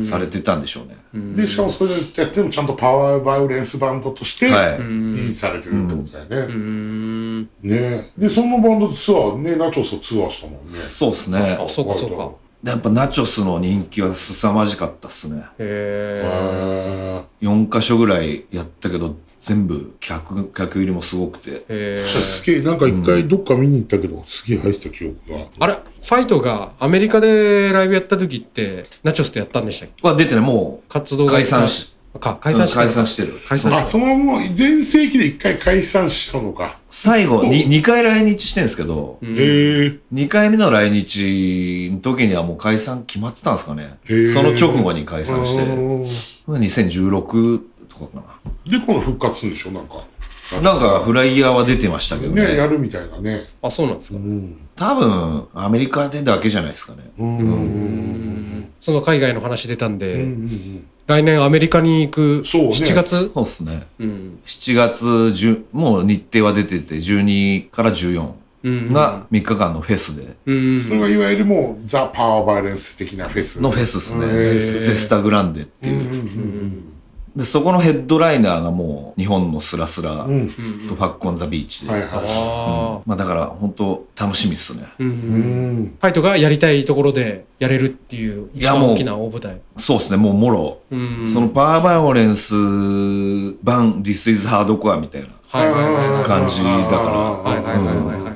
ん
されてたんでしょうね。
で、しかもそれでやってもちゃんとパワーバイオレンスバンドとして、
はい。
認知されてるってことだよ
う
ね。
ん
ねで、そのバンドツアー、ね、ナチョスとツアーしたもんね。
そうですね。
あそうかそうか
やっぱナチョスの人気は凄まじかったっすね。
へ
へ
え。
4カ所ぐらいやったけど、全部客、客入りもすごくて。
え
そしたらすげえ、なんか一回どっか見に行ったけど、すげえ入ってた記憶が。
あれファイトがアメリカでライブやった時ってナチョスとやったんでしたっけ
は出てね、も
活
う
動が
解散し、
か解散し
う
た
ん解散してる。
解散
あ、そのもう全盛期で一回解散しちゃうのか。
最後に、2回来日してんですけど、
へえ。
2回目の来日の時にはもう解散決まってたんですかね。
へー
その直後に解散して、
うん
2016とかかな。
で、この復活するんでしょなんか。
なんかフライヤーは出てましたけど
ね、
ね。
やるみたいなね。
あ、そうなんですか。
うん。
多分、アメリカでだけじゃないですかね。
うん。うん。
その海外の話出たんで、
うん。
来年アメリカに行く
そうね
7月
そうですね。
うん。
7月10、もう日程は出てて、12から14
うん。
が3日間のフェスで、
うん。
それがいわゆるもう、ザ・パワーバイレンス的なフェス。
のフェスです
へ
ね。
ー
ゼスタグランデって
うん
いうう。
ん
で、そこのヘッドライナーがもう日本のスラスラ
うん。うん。
とファッコンザビーチで。
はいは
ああ。
まあだから本当楽しみっすね。
うん。
い。うん。
ファイトがやりたいところでやれるっていう一
いや
番
もう
大きな大舞台。
そうですね、もうもろ。
うん。
そのパワーバイオレンス版 This is Hardcore みたいな。
はいはいはいはい。
感じだから
はいはいはいはいはいはい。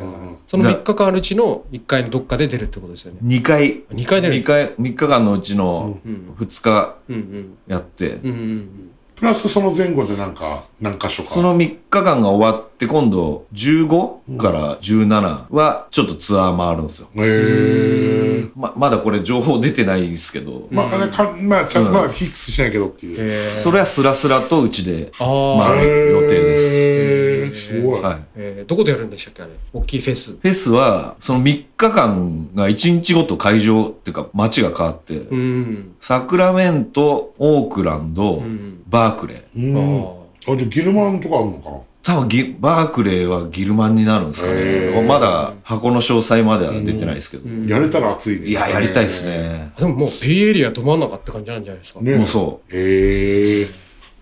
その
な
3日間あるうちの1回のどっかで出るってことですよね。
2回、
2回出るんで
2
すか
回、3日間のうちの
うん。
2日
うんうん。
やって、
うんうん
プラスその前後でなんか、何箇所か。
その3日間が終わって今度15から17はちょっとツアー回るんですよ。
へえ。
ままだこれ情報出てないですけど、
まあ、かまあ、ちゃんと、まあ、フィックスしないけどって
うん。
いう。
えー
それはスラスラとうちで
ああ。
まあ予定
で
です
すごい。
はい。
えーどこでやるんでしたっけあれ。大きいフェス。
フェスは、その3日間が1日ごと会場っていうか街が変わって、
うん。
サクラメント、オークランド、
うん。
バークレー。
う
あ
ん。あ、
ー
じゃあギルマンとかあるのかな
多分ギ、バークレーはギルマンになるんですか
へー
ね。まだ箱の詳細までは出てないですけど。
うん
やれたら熱いね。
いや、やりたいです。ね。
でももうベイエリアど真ん中って感じなんじゃないですか。
ね
もうそう。
へえ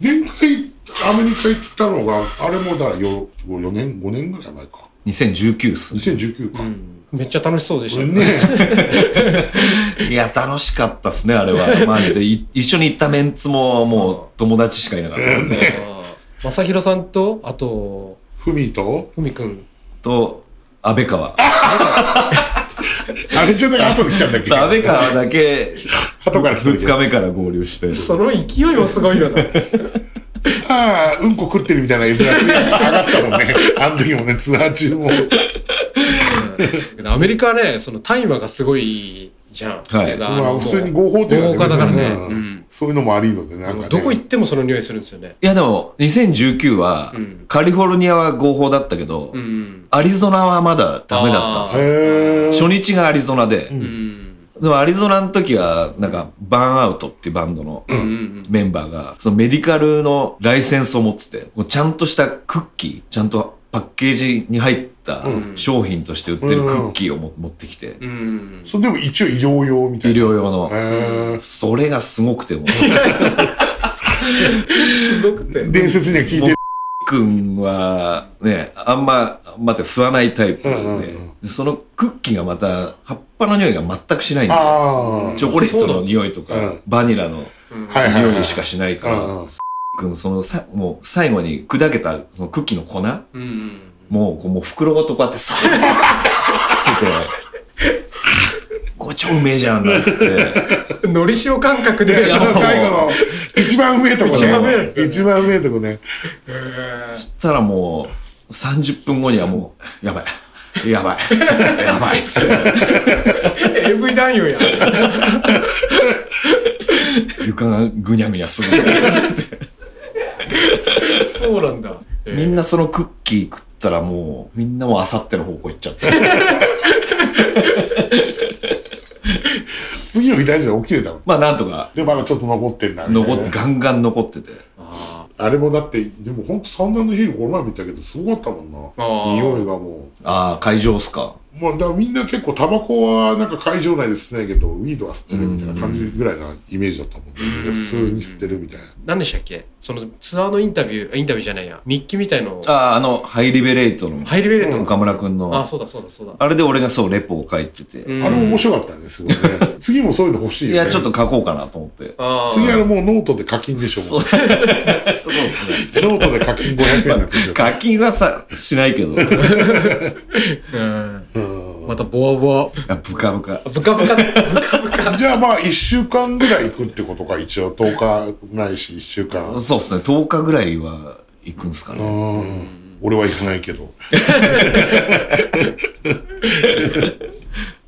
前回アメリカ行ったのがあれもだからよ4年5年ぐらい前か
2019っすね。
2019か、
うんめっちゃ楽しそうでし
これ
た。
ね
いや、楽しかったっすね、あれは。 マジで。い一緒に行ったメンツももう友達しかいなかったんで。
まさひろさんと、あと、
ふみと
ふみくん。
と、安倍川。
あれじゃない後で来たんだっけ
そう安倍川だけ、
後から来たんだっ
2
け
日目から合流して。
その勢いもすごいよな。
ああうんこ食ってるみたいな絵面すげえ上がってたもんね あの時もねツアー中も
うん アメリカはね、その大麻がすごいじゃん。
はい
てか
ま
の
あ
もう
普通に合法という
合法化だからね
別に
うん
そういうのもありのでねなんか
も
ね
うどこ行ってもその匂いするんですよね。
いやでも、2019は
うん、
カリフォルニアは合法だったけど、
うん。
アリゾナはまだダメだったんですよ。
へえ
初日がアリゾナで、
うん。
でもアリゾナの時は、なんか、バーンアウトっていうバンドの
うんうん。
メンバーが、そのメディカルのライセンスを持ってて、こうちゃんとしたクッキー、ちゃんとパッケージに入った商品として売ってるクッキーをも持ってきて、
うん。
それでも一応医療用みた
医
いな
療用の。
へ
それがすごくてもう、
すごくて
え伝説には聞いてる
君はね、あんま、待って吸わないタイプで、
うんうんうん
でそのクッキーがまた、葉っぱの匂いが全くしないんで、
ああ
チョコレートの匂いと
そうな
か、
んだ
バニラの
はいはい
匂いしかしないから、
うんうん
君そのさ、もう最後に砕けたそのクッキーの粉、
うん。
もうこうもう袋ごとこうやってさーさーって言って、これ超うめえじゃんなんつって、
のり塩感覚で。
でその最後の一番上とこね
一番上ですよ
一番上とこね
へー
そしたらもう30分後にはもう、やばい、やばい、やばいっつって。
AV 男優や。
床がぐにゃぐにゃする。
そうなんだ。
みんなそのクッキー食ったらもう、みんなもうあさっての方向行っちゃって。
次の日大事で起きれたの
まあなんとか、
でまだちょっと残ってんなみた
残
い
っ
な
て、ガンガン残ってて。
あ
あれもだってでもほんと三段のヒールこの前見たけどすごかったもん
あ
な
ー
匂いがも
ああ、会場っすか。
うまあだからみんな結構タバコはなんか会場内で吸ってないけどウィードは吸ってるみたいな感じぐらいなイメージだったもんね
うん
普通に吸ってるみたいな
ー何でしたっけそのツアーのインタビュー、あインタビューじゃないや、日記みたいのを
ああ、あの、ハイリベレートの
ハイリベレート
岡村くんの、
あ、そうだそうだそうだ。
あれで俺がそう、レポを書いてて、
うん
あれ面白かったねすごいね次もそういうの欲しいよ
い
ね
や、ちょっと書こうかなと思って。
あー
次あれもうノートで課金でしょ
そう
も
そう
うノートで課金500円になって るでし
課金はさ、しないけど、
う
い
ん
ょうん
またボワボワ。
やブカブカ。
ブカブカ、ブカブカ。
じゃあまあ1週間ぐらい行くってことか一応10日ないし1週間
そうっすね、10日ぐらいは行くんすかね。
うん俺は行かないけど。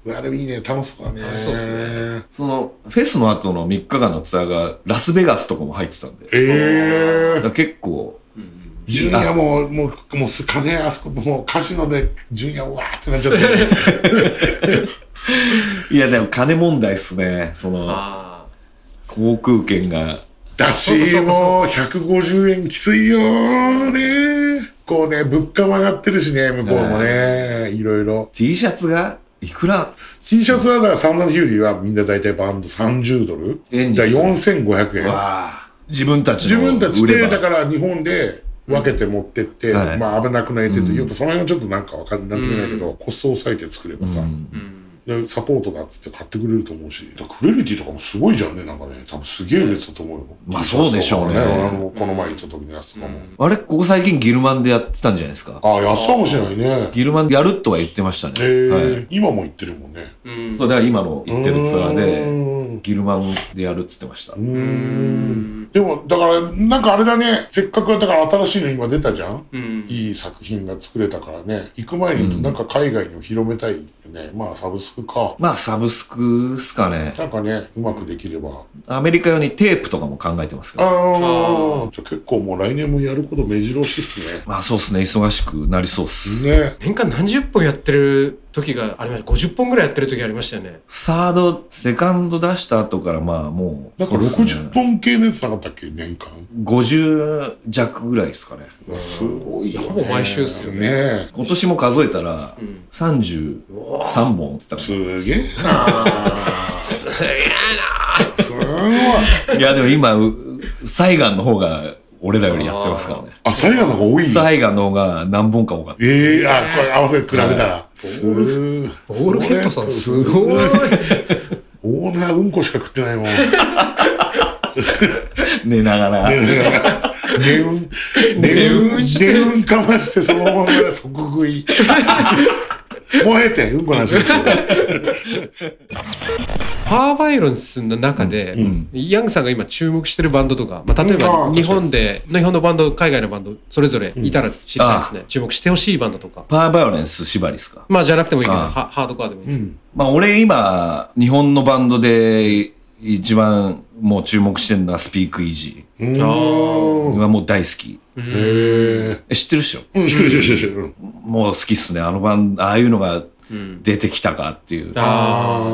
うわでもいいね、楽しそうだね。
楽しそうっすね。
その、フェスの後の3日間のツアーが、ラスベガスとかも入ってたんで、だか
ええ
ら結構、
うん
純也も、もう、もうす、金、あそこ、もう、カジノで、純也、わーってなっちゃ って。
いや、でも金問題っすね。その、
あ
航空券が。
だ
そうか
し、
そうか
もう、150円きついよーね。こうね、物価も上がってるしね、向こうもね、いろいろ。
T シャツがいくら
T シャツは、だから、サンダルヒューリーは、みんな大体バンド30ドル。
円に
だ
す
か
る
ら4500円。
わ自分たち
自
の
分たち
売れ
で、
ば
だから日本で分けて持ってって、
はい
まあ危なくない程度、やっぱその辺はちょっとなんかわかんなくないけど、コストを抑えて作ればさ、
ーうん
でサポートだっつって買ってくれると思うし、だからクレリティとかもすごいじゃんね、なんかね、多分すげえ売れてたと思うよ。
まあそうでしょうね
あのこの前行った時のやつとかも。
あれここ最近ギルマンでやってたんじゃないですか
ああ、安さかもしれないね。
ギルマンやるとは言ってましたね、
えー
は
今も行ってるもんね。
うん
い、そうだから今の行ってるツアー
う
で
ん
ギルマンでやるっつってました
うんでも、だから、なんかあれだね、せっかくだから新しいの今出たじゃん
うん
いい作品が作れたからね行く前になんか海外にも広めたいよね、まあサブスクか
まあサブスクっすかね
なんかねうまくできれば
アメリカ用にテープとかも考えてますけ
あ
ど
ーじゃあ結構もう来年もやること目白押しっすね
まあそうっすね忙しくなりそうっす
ね
年間何十本やってる時がありました50本ぐらいやってる時ありましたよね
サードセカンド出した後からまあもう
なんか
そうっすね
60本系のやつなかったっけ年間
50弱ぐらいですかね
うわすごいよ、ね、
ほぼ毎週っすよね
ね
今年も数えたら
ん
33本って言っ
すげえなすげえなすごい
たいやでも今うサイガンの方が俺らよりやってますからね
あサイガーの方が多い
サイガンの方が何本か多かった
ええあ、これ合わせて比べたら。すー
ボールヘッドさん
す
す
ご
ご
い
い。
オーナーうんこしか食ってないもん。
寝ながら
寝運、寝運、寝運かましてそのまま即食い。燃えて、うんこの話ですけど。
パワーバイロンスの中で、ヤングさんが今注目してるバンドとか、まあ、例え
う
ば
ん
日本で日本のバンド海外のバンドそれぞれいたら知りたいですね、注目してほしいバンドとか
パワーバイオレンス縛りですか
まあじゃなくてもいいけど
ああ
ハハードコアでもいいです、
まあ俺今日本のバンドで一番もう注目してるのはスピークイージ
うーん。
ー
へ
はもう大好き
え。
え知ってるっしょ
うん、してるしてるしてる。
もう好きっすねあのバンああいうのが出てきたかっていう
あ
あ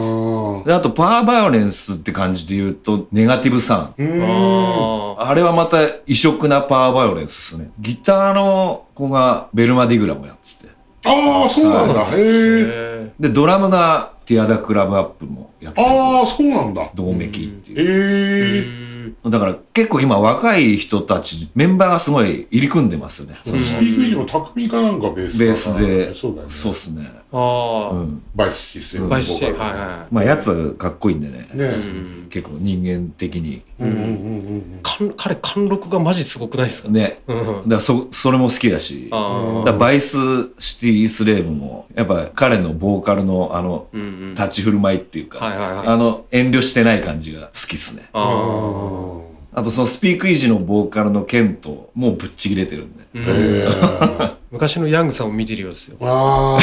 ー
であとパワーバイオレンスって感じで言うとネガティブサウンド
う
あ
ーん。
あれはまた異色なパワーバイオレンスですね。ギターの子がベルマディグラもやってて。
ああ、そうなんだ。へえ。
へ
で、ドラムがティアダクラブアップもやってて。
ああ、そうなんだ。
同盟機って
え
いう。
え。
だから結構今若い人たち、メンバーがすごい入り組んでますよね。
スピーク以上の匠かなんかベースかな
ベースで。
そうだよね。
そうっすね。
ああ
う
あ
ん。
バイスシステム。
バイシチはい
ボーカル
は
まあやつはかっこいいんでね。
ね
い、うん、
結構人間的に。
うんうんうんうん
かん彼貫禄がマジすごくないですか、
ね。
うん
だからそ、それも好きだし。だ
あ
からバイスシティスレーブも、やっぱ彼のボーカルのあの、
ーうんうん
立ち振る舞いっていうか、
はいはいはい
あの、遠慮してない感じが好きっすね。
あ
あとそのスピークイージのボーカルのケント、もうぶっちぎれてるんで。
うん。えー
ー昔のヤングさんを見てるようですよ
あ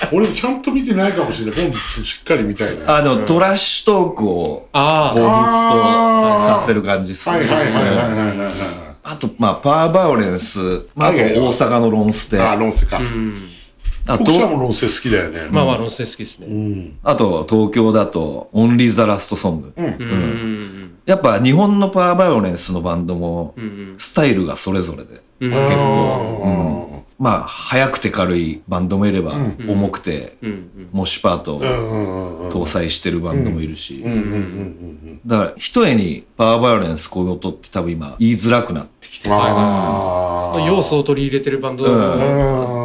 あ。俺もちゃんと見てないかもしれない。今度しっかり見たいね。
あ、でもトラッシュトークを
あ
彷
あ
彿とさせる感じっす
はい
ね。
はいはいはい
うん
はいは
あと、まあ、パワーバイオレンス、まあ、あと
はいはい
大阪のロンステ、
い。ああ、
あ
ロンセか。
と
僕らもロンセ好きだよね。
まあまあ論戦好きですね
あと東京だと、オンリー・ザ・ラスト・ソング。
うん
やっぱ日本のパワーバイオレンスのバンドも
うんう、ん
スタイルがそれぞれで、
うん
あ
結
ー
まあ、速くて軽いバンドもいれば、重くて、
うんうん
モッシュパートを
うんうんうん
搭載してるバンドもいるし、
うんうんうんうん
だから一重にパワーバイオレンスこういう音って多分今言いづらくなってきて
うん。ああ。
要素を取り入れてるバンド
うん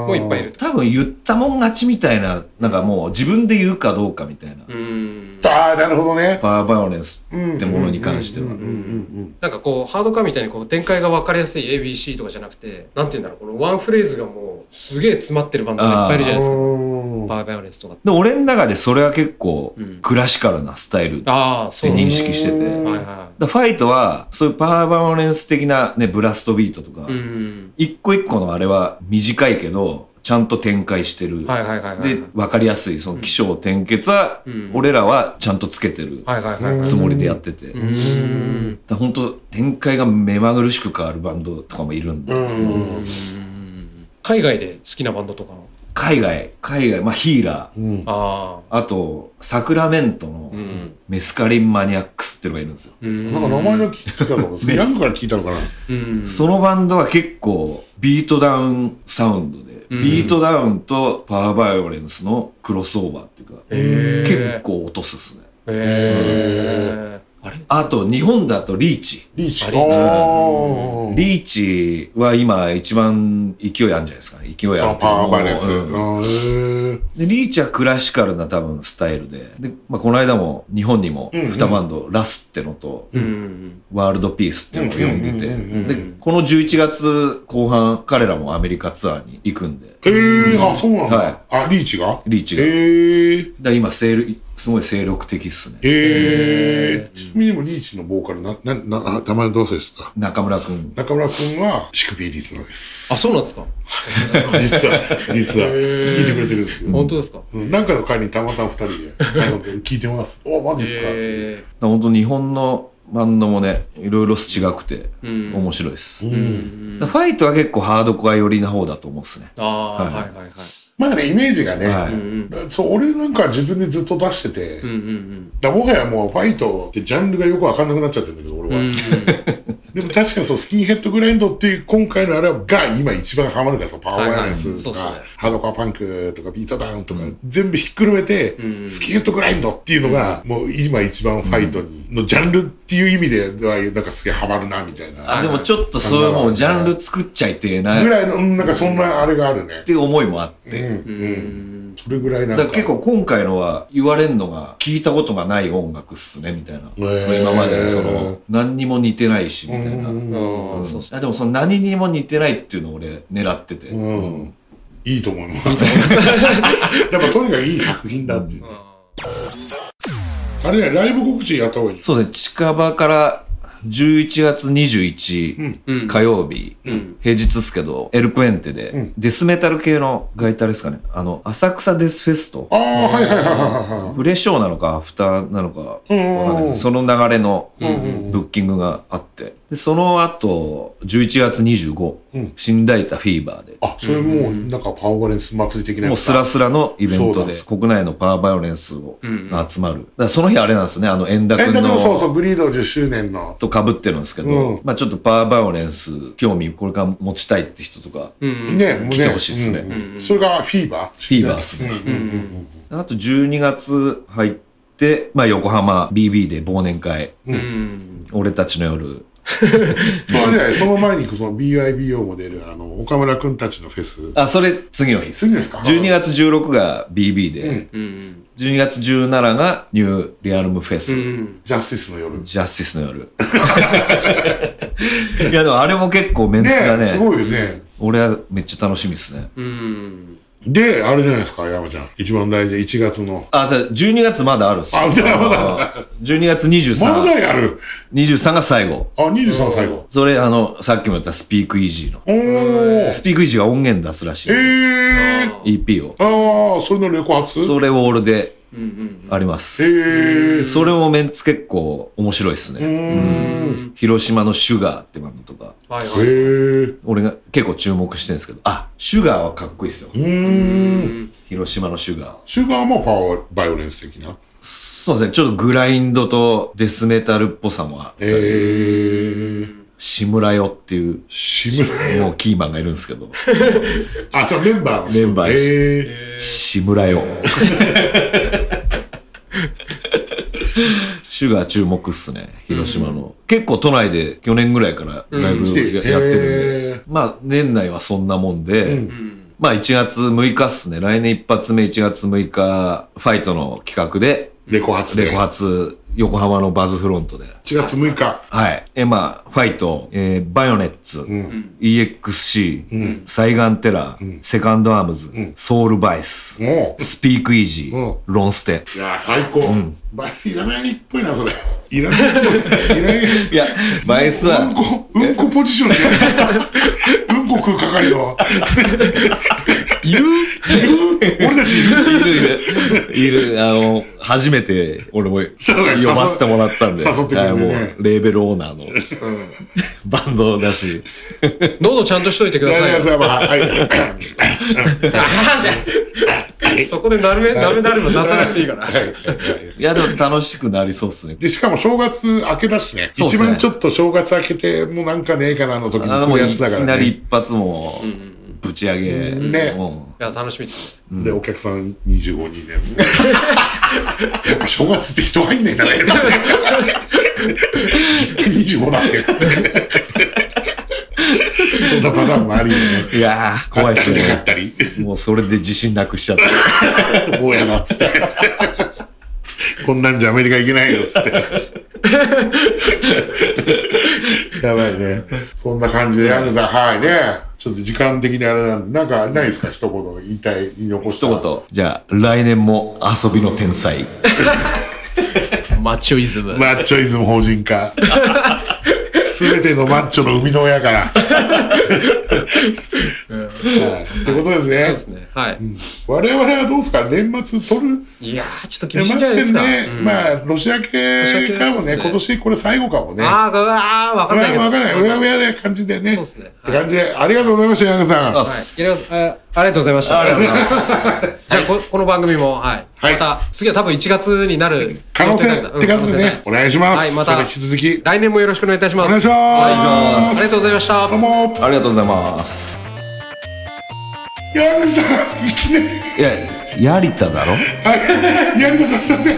もういっぱいいると
多分言ったもん勝ちみたいななんかもう自分で言うかどうかみたいな、
うん
ああ、なるほどね。
パワーバイオレンスってものに関しては、
なんかこうハードカーみたいにこう展開が分かりやすい ABC とかじゃなくてなんて言うんだろうこのワンフレーズがもうすげえ詰まってるバンドがいっぱいいるじゃないですか
うん
パワーバイオレンスとか
で俺の中でそれは結構
うん
クラシカルなスタイルって
ああそう
認識してて、
うん
だか
はいは
らファイトはそういうパワーバイオレンス的なねブラストビートとか、
いうん
一個一個のあれは短いけどちゃんと展開してる。
はいはいはいはい。
で、わかりやすい、その起承転結は、俺らはちゃんとつけてる
はいはいはいはい。
つもりでやってて。
うーん。
だ本当展開が目まぐるしく変わるバンドとかもいるんで、
うん。
海外で好きなバンドとかの。
海外海外まあヒーラー
うん。
あ
あとサクラメントの
あ。うん。
メスカリンマニアックスっていうのがいるんですよ、
うん
なんか名前が聞いてたのか、ヤングから聞いたのかな。
うん。
そのバンドは結構ビートダウンサウンドで、
うん
ビートダウンとパワーバイオレンスのクロスオーバーっていうか、
へー
結構落とすっすね
へーあれ
あと日本だとリーチ
リーチ。
あ
あ
リーチ
ー
リーチは今一番勢いあるんじゃないですかね勢いある
そう、
とい
パ
うか
ワーバレンス。
うん
うんへー
で、リーチはクラシカルな多分スタイルで、で、まあ、この間も日本にも
うんうん
2バンド、ラスってのと、
うん。
ワールドピースっていうのを呼んでて、
うんうん
うんうん
で、この11月後半、彼らもアメリカツアーに行くんで、
えー、あ、そうなん
はい
だ。あ、リーチが
リーチが。だか
えー。
ら今、精力、すごい精力的っすね。
えー。ちなみにもリーチのボーカル、な、な、な、あ名前どうせでした
中村くん。
中村くんは、シクピーリスナーです。
あ、そうなんですか
実 は、実は、
へー
聞いてくれてるんですよ。
本当ですか
うんなんかの回にたまたま二人で、あの聞いてます。お、マジっすかって
へ
本当日本のバンドもね、いろいろ違くて、
ーうん。
面白いです。
う。
うんん
だからファイトは結構ハードコア寄りな方だと思うんですね。
ああ、
は
はいいはいはい。
まあね、イメージがね、
はい。
うんうん。
そう、俺なんか自分でずっと出してて、
うんうん
だもはやもうファイトってジャンルがよくわかんなくなっちゃってるんだけど、俺
うん。
は。
うん
でも確かにそう、スキンヘッドグラインドっていう今回のあれはが今一番ハマるからさ、パワーワイヤレスとか、
はいはいそうっすね
ハードコアパンクとかビートダウンとか、全部ひっくるめて、
うん
スキンヘッドグラインドっていうのが、もう今一番ファイトに、のジャンルっていう意味では、なんかすげえハマるな、みたい
あ、
な。
でもちょっとそういうもうジャンル作っちゃいてえな、
ぐ
っ
らいの、うんなんかそんなあれがあるね。
ていう思いもあっ
うん、
て。
う。
うんん。
それぐらいな
だ
ん
か
か。
ら結構今回のは言われるのが聞いたことがない音楽っすねみたいな、
ー
その今までその何にも似てないしみたいな、
うん
ああ、そうそ
あでもその何にも似てないっていうのを俺狙ってて、
うん。いいと思います。 やっぱとにかくいい作品だっていう
う。
ね。
あ
あれね、ライブ告知やった方がいい。
そうですね近場から11月
う
21
ん
ーうん。
火曜日、
うん。
平日ですけどエルプエンテで、
うん
デスメタル系のガイターですかねあの浅草デスフェスト
ああ、はいはいはいはいは
プレショーなのかアフターなのかわか
うんうんうん
んないですその流れの
い。うん
ブッキングがあって、でその後、11月25、
うん
新大田フィーバーで、
あ、それもうなんかパワーバレンス祭り的な
も
や
う
つ
ス
だ。
ラスラのイベン
そ
ト
う
で
だ、
国内のパワーバイオレンスを
うんうん
が集まる。だからその日あれなんですね、あの、円楽
え、だからそうそう、
の。
グリード10周年の。
と被ってるんですけど、
うん
まあちょっとパワーバイオレンス興味これから持ちたいって人とか、
うん。
ね、もうね。
来てほしいっすね
うん
う
うんんそれがフィーバーフ
ィーバーっすね
うんうんうん
あと12月入って、まあ横浜 BB で忘年会、
うん。
俺たちの夜、
うん。そうじゃない、その前にその BIBO も出る、あの、岡村くんたちのフェス。
あ、それ次の日です。
次の日か。
12月16が BB で、
うん
うん。
12月17がニューリアルムフェス、
うん。
ジャスティスの夜。ね
ジャスティスの夜。 いや、でもあれも結構メンツがね、
すごいよね。
俺はめっちゃ楽しみですね。
うん。
で、あれじゃないですか、山ちゃん。一番大事、1月の。
あ、じゃあ12月まだあるっすよ
あじゃあまだ
あー12月23。
まだやる
23が最後。
あ、23最後。
それ、あの、さっきも言ったスピークイージーの。
おー。
スピークイージーが音源出すらしい。
えー。
EP を。
ああ、それのレコ発
それをオールで
うんうん。
ありま
え
す。
ー。
それもメンツ結構面白いっす
う
ね。
ーん。
広島のシュガーってバンドとか、
はい
へえ
はい。
ー。
俺が結構注目してるんですけど、あ、シュガーはかっこいいっすよ
う。ーん。
広島のシュガー。
シュガーもパワーバイオレンス的な。
そうですね、ちょっとグラインドとデスメタルっぽさもあって、
えー。
志村よっていう、
志村。
もうキーマンがいるんですけど、
あ、そのメンバーの人。
メンバーです
え
志村 よ。シュガー注目っすね、広島の。結構都内で去年ぐらいからライ
ー。
ブ
来
や
て
やってるんで、
へー
まあ年内はそんなもんで、
うん
うん。
まあ1月6日っすね、来年一発目1月6日、ファイトの企画で、
レコ発で。
レコ
1
発、横浜のバズフロントで。
月6日。
はい。え、まあ、ファイト、えーバイオネッツ、
うん。
EXC、
うん。
サイガンテラー、
ん
セカンドアームズ、
ん
ソウルバイス、
もう。
スピークイージー、
うん
ロンステ。
いやー、最高。バイスいらないっぽいな、それ。い らない。いらない。
いや、バイス
う
は
ん、こ、うんこポジションで。うんこ食う係の。
いる
俺たちいる
いるいる。いる。あの、初めて俺も
そうだよ
呼ばせてもらったんで。
誘ってくれてね
はいもうレーベルオーナーの バンドだし。
喉ちゃんとしといてくだ
いや
さ
い
い
や
よ
それはまあはいはい
そこでなるべ、なめだれば出さなくていいから。
いや、でも楽しくなりそうっすね。
で、しかも正月明けだしね。
そうっす
一
ね
番ちょっと正月明けて、もうなんかねえかなの時に
あの
来
もう
る
い
やつ
き
だから
なり
ね。
一発もぶち上げ。
ね
うん
いや、楽しみですね。
で、お客さん25人の やつ。やっぱ正月って人入んねえんだね、 つって。実験25だって、つって。 そんなパターンもあるよね。
いやー、怖いっす
買っ
ね。
たり、
もうそれで自信なくしちゃった。
もうやな、つって。こんなんじゃアメリカ行けないよ、つって。やばいね。そんな感じで、ヤングさん、はいね。ちょっと時間的にあれなんで、なんかないですか一言言いたい、言い残した。
一言。じゃあ、来年も遊びの天才。
マッチョイズム。
マッチョイズム法人化。すべてのマッチョの生みの親から。はいってことですね。
そうですね。はい。
我々はどうですか年末取る
いやー、ちょっと厳しいんじゃ
山
ないで
手
すか。
ね、まあ、ロシア系からも
ロシ
ね、
ア系ですね
今年これ最後かもね。
あー、あー、わかんないけど。
わからない。うやう
はい
やな感じでね。
そうっすね
って感じで、ありがとうございました、ヤングさん。
あ
は
いろいろあありがとうございました。
ありがとうございます。
じゃあ、ここの番組も、はい。
はい
また、次は多分1月になる。
可能性って感じでね、お
うん
願いします。
はいまた
それ引き続き、
来年もよろしくお願いいたします。
お願いします
はいありがとうございました。
どうも、
ありがとうございます。
ヤングさん、一年、
いや、やりただろ
はい、ヤングさん、すいません。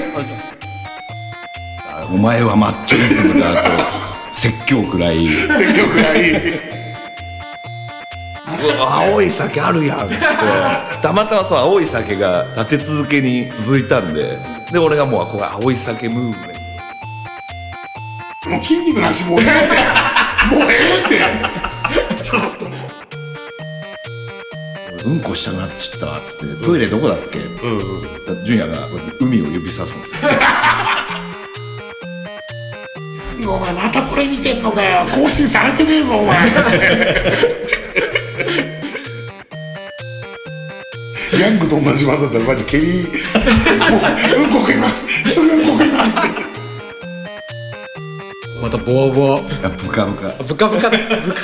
お前はマッチョイズムだと、 説教くらい。
説教くらい。
青い酒あるやんっつってたまたまその青い酒が立て続けに続いたんでで俺がもうこれ青い酒ムーブメント
もう筋肉の話もうええって。もうええって。ちょっと。
うんこしたなっちったっつってトイレどこだっけっつって純也が海を指さすんですよ
お前またこれ見てんのかよ。更新されてねえぞ、お前。ヤングと同じ技だったらマジ蹴りもううんこ食いますすぐうんこ食いますって
また、ボワボワ。
ブカ
ブ
ブカ
カブカ、ブカブカ。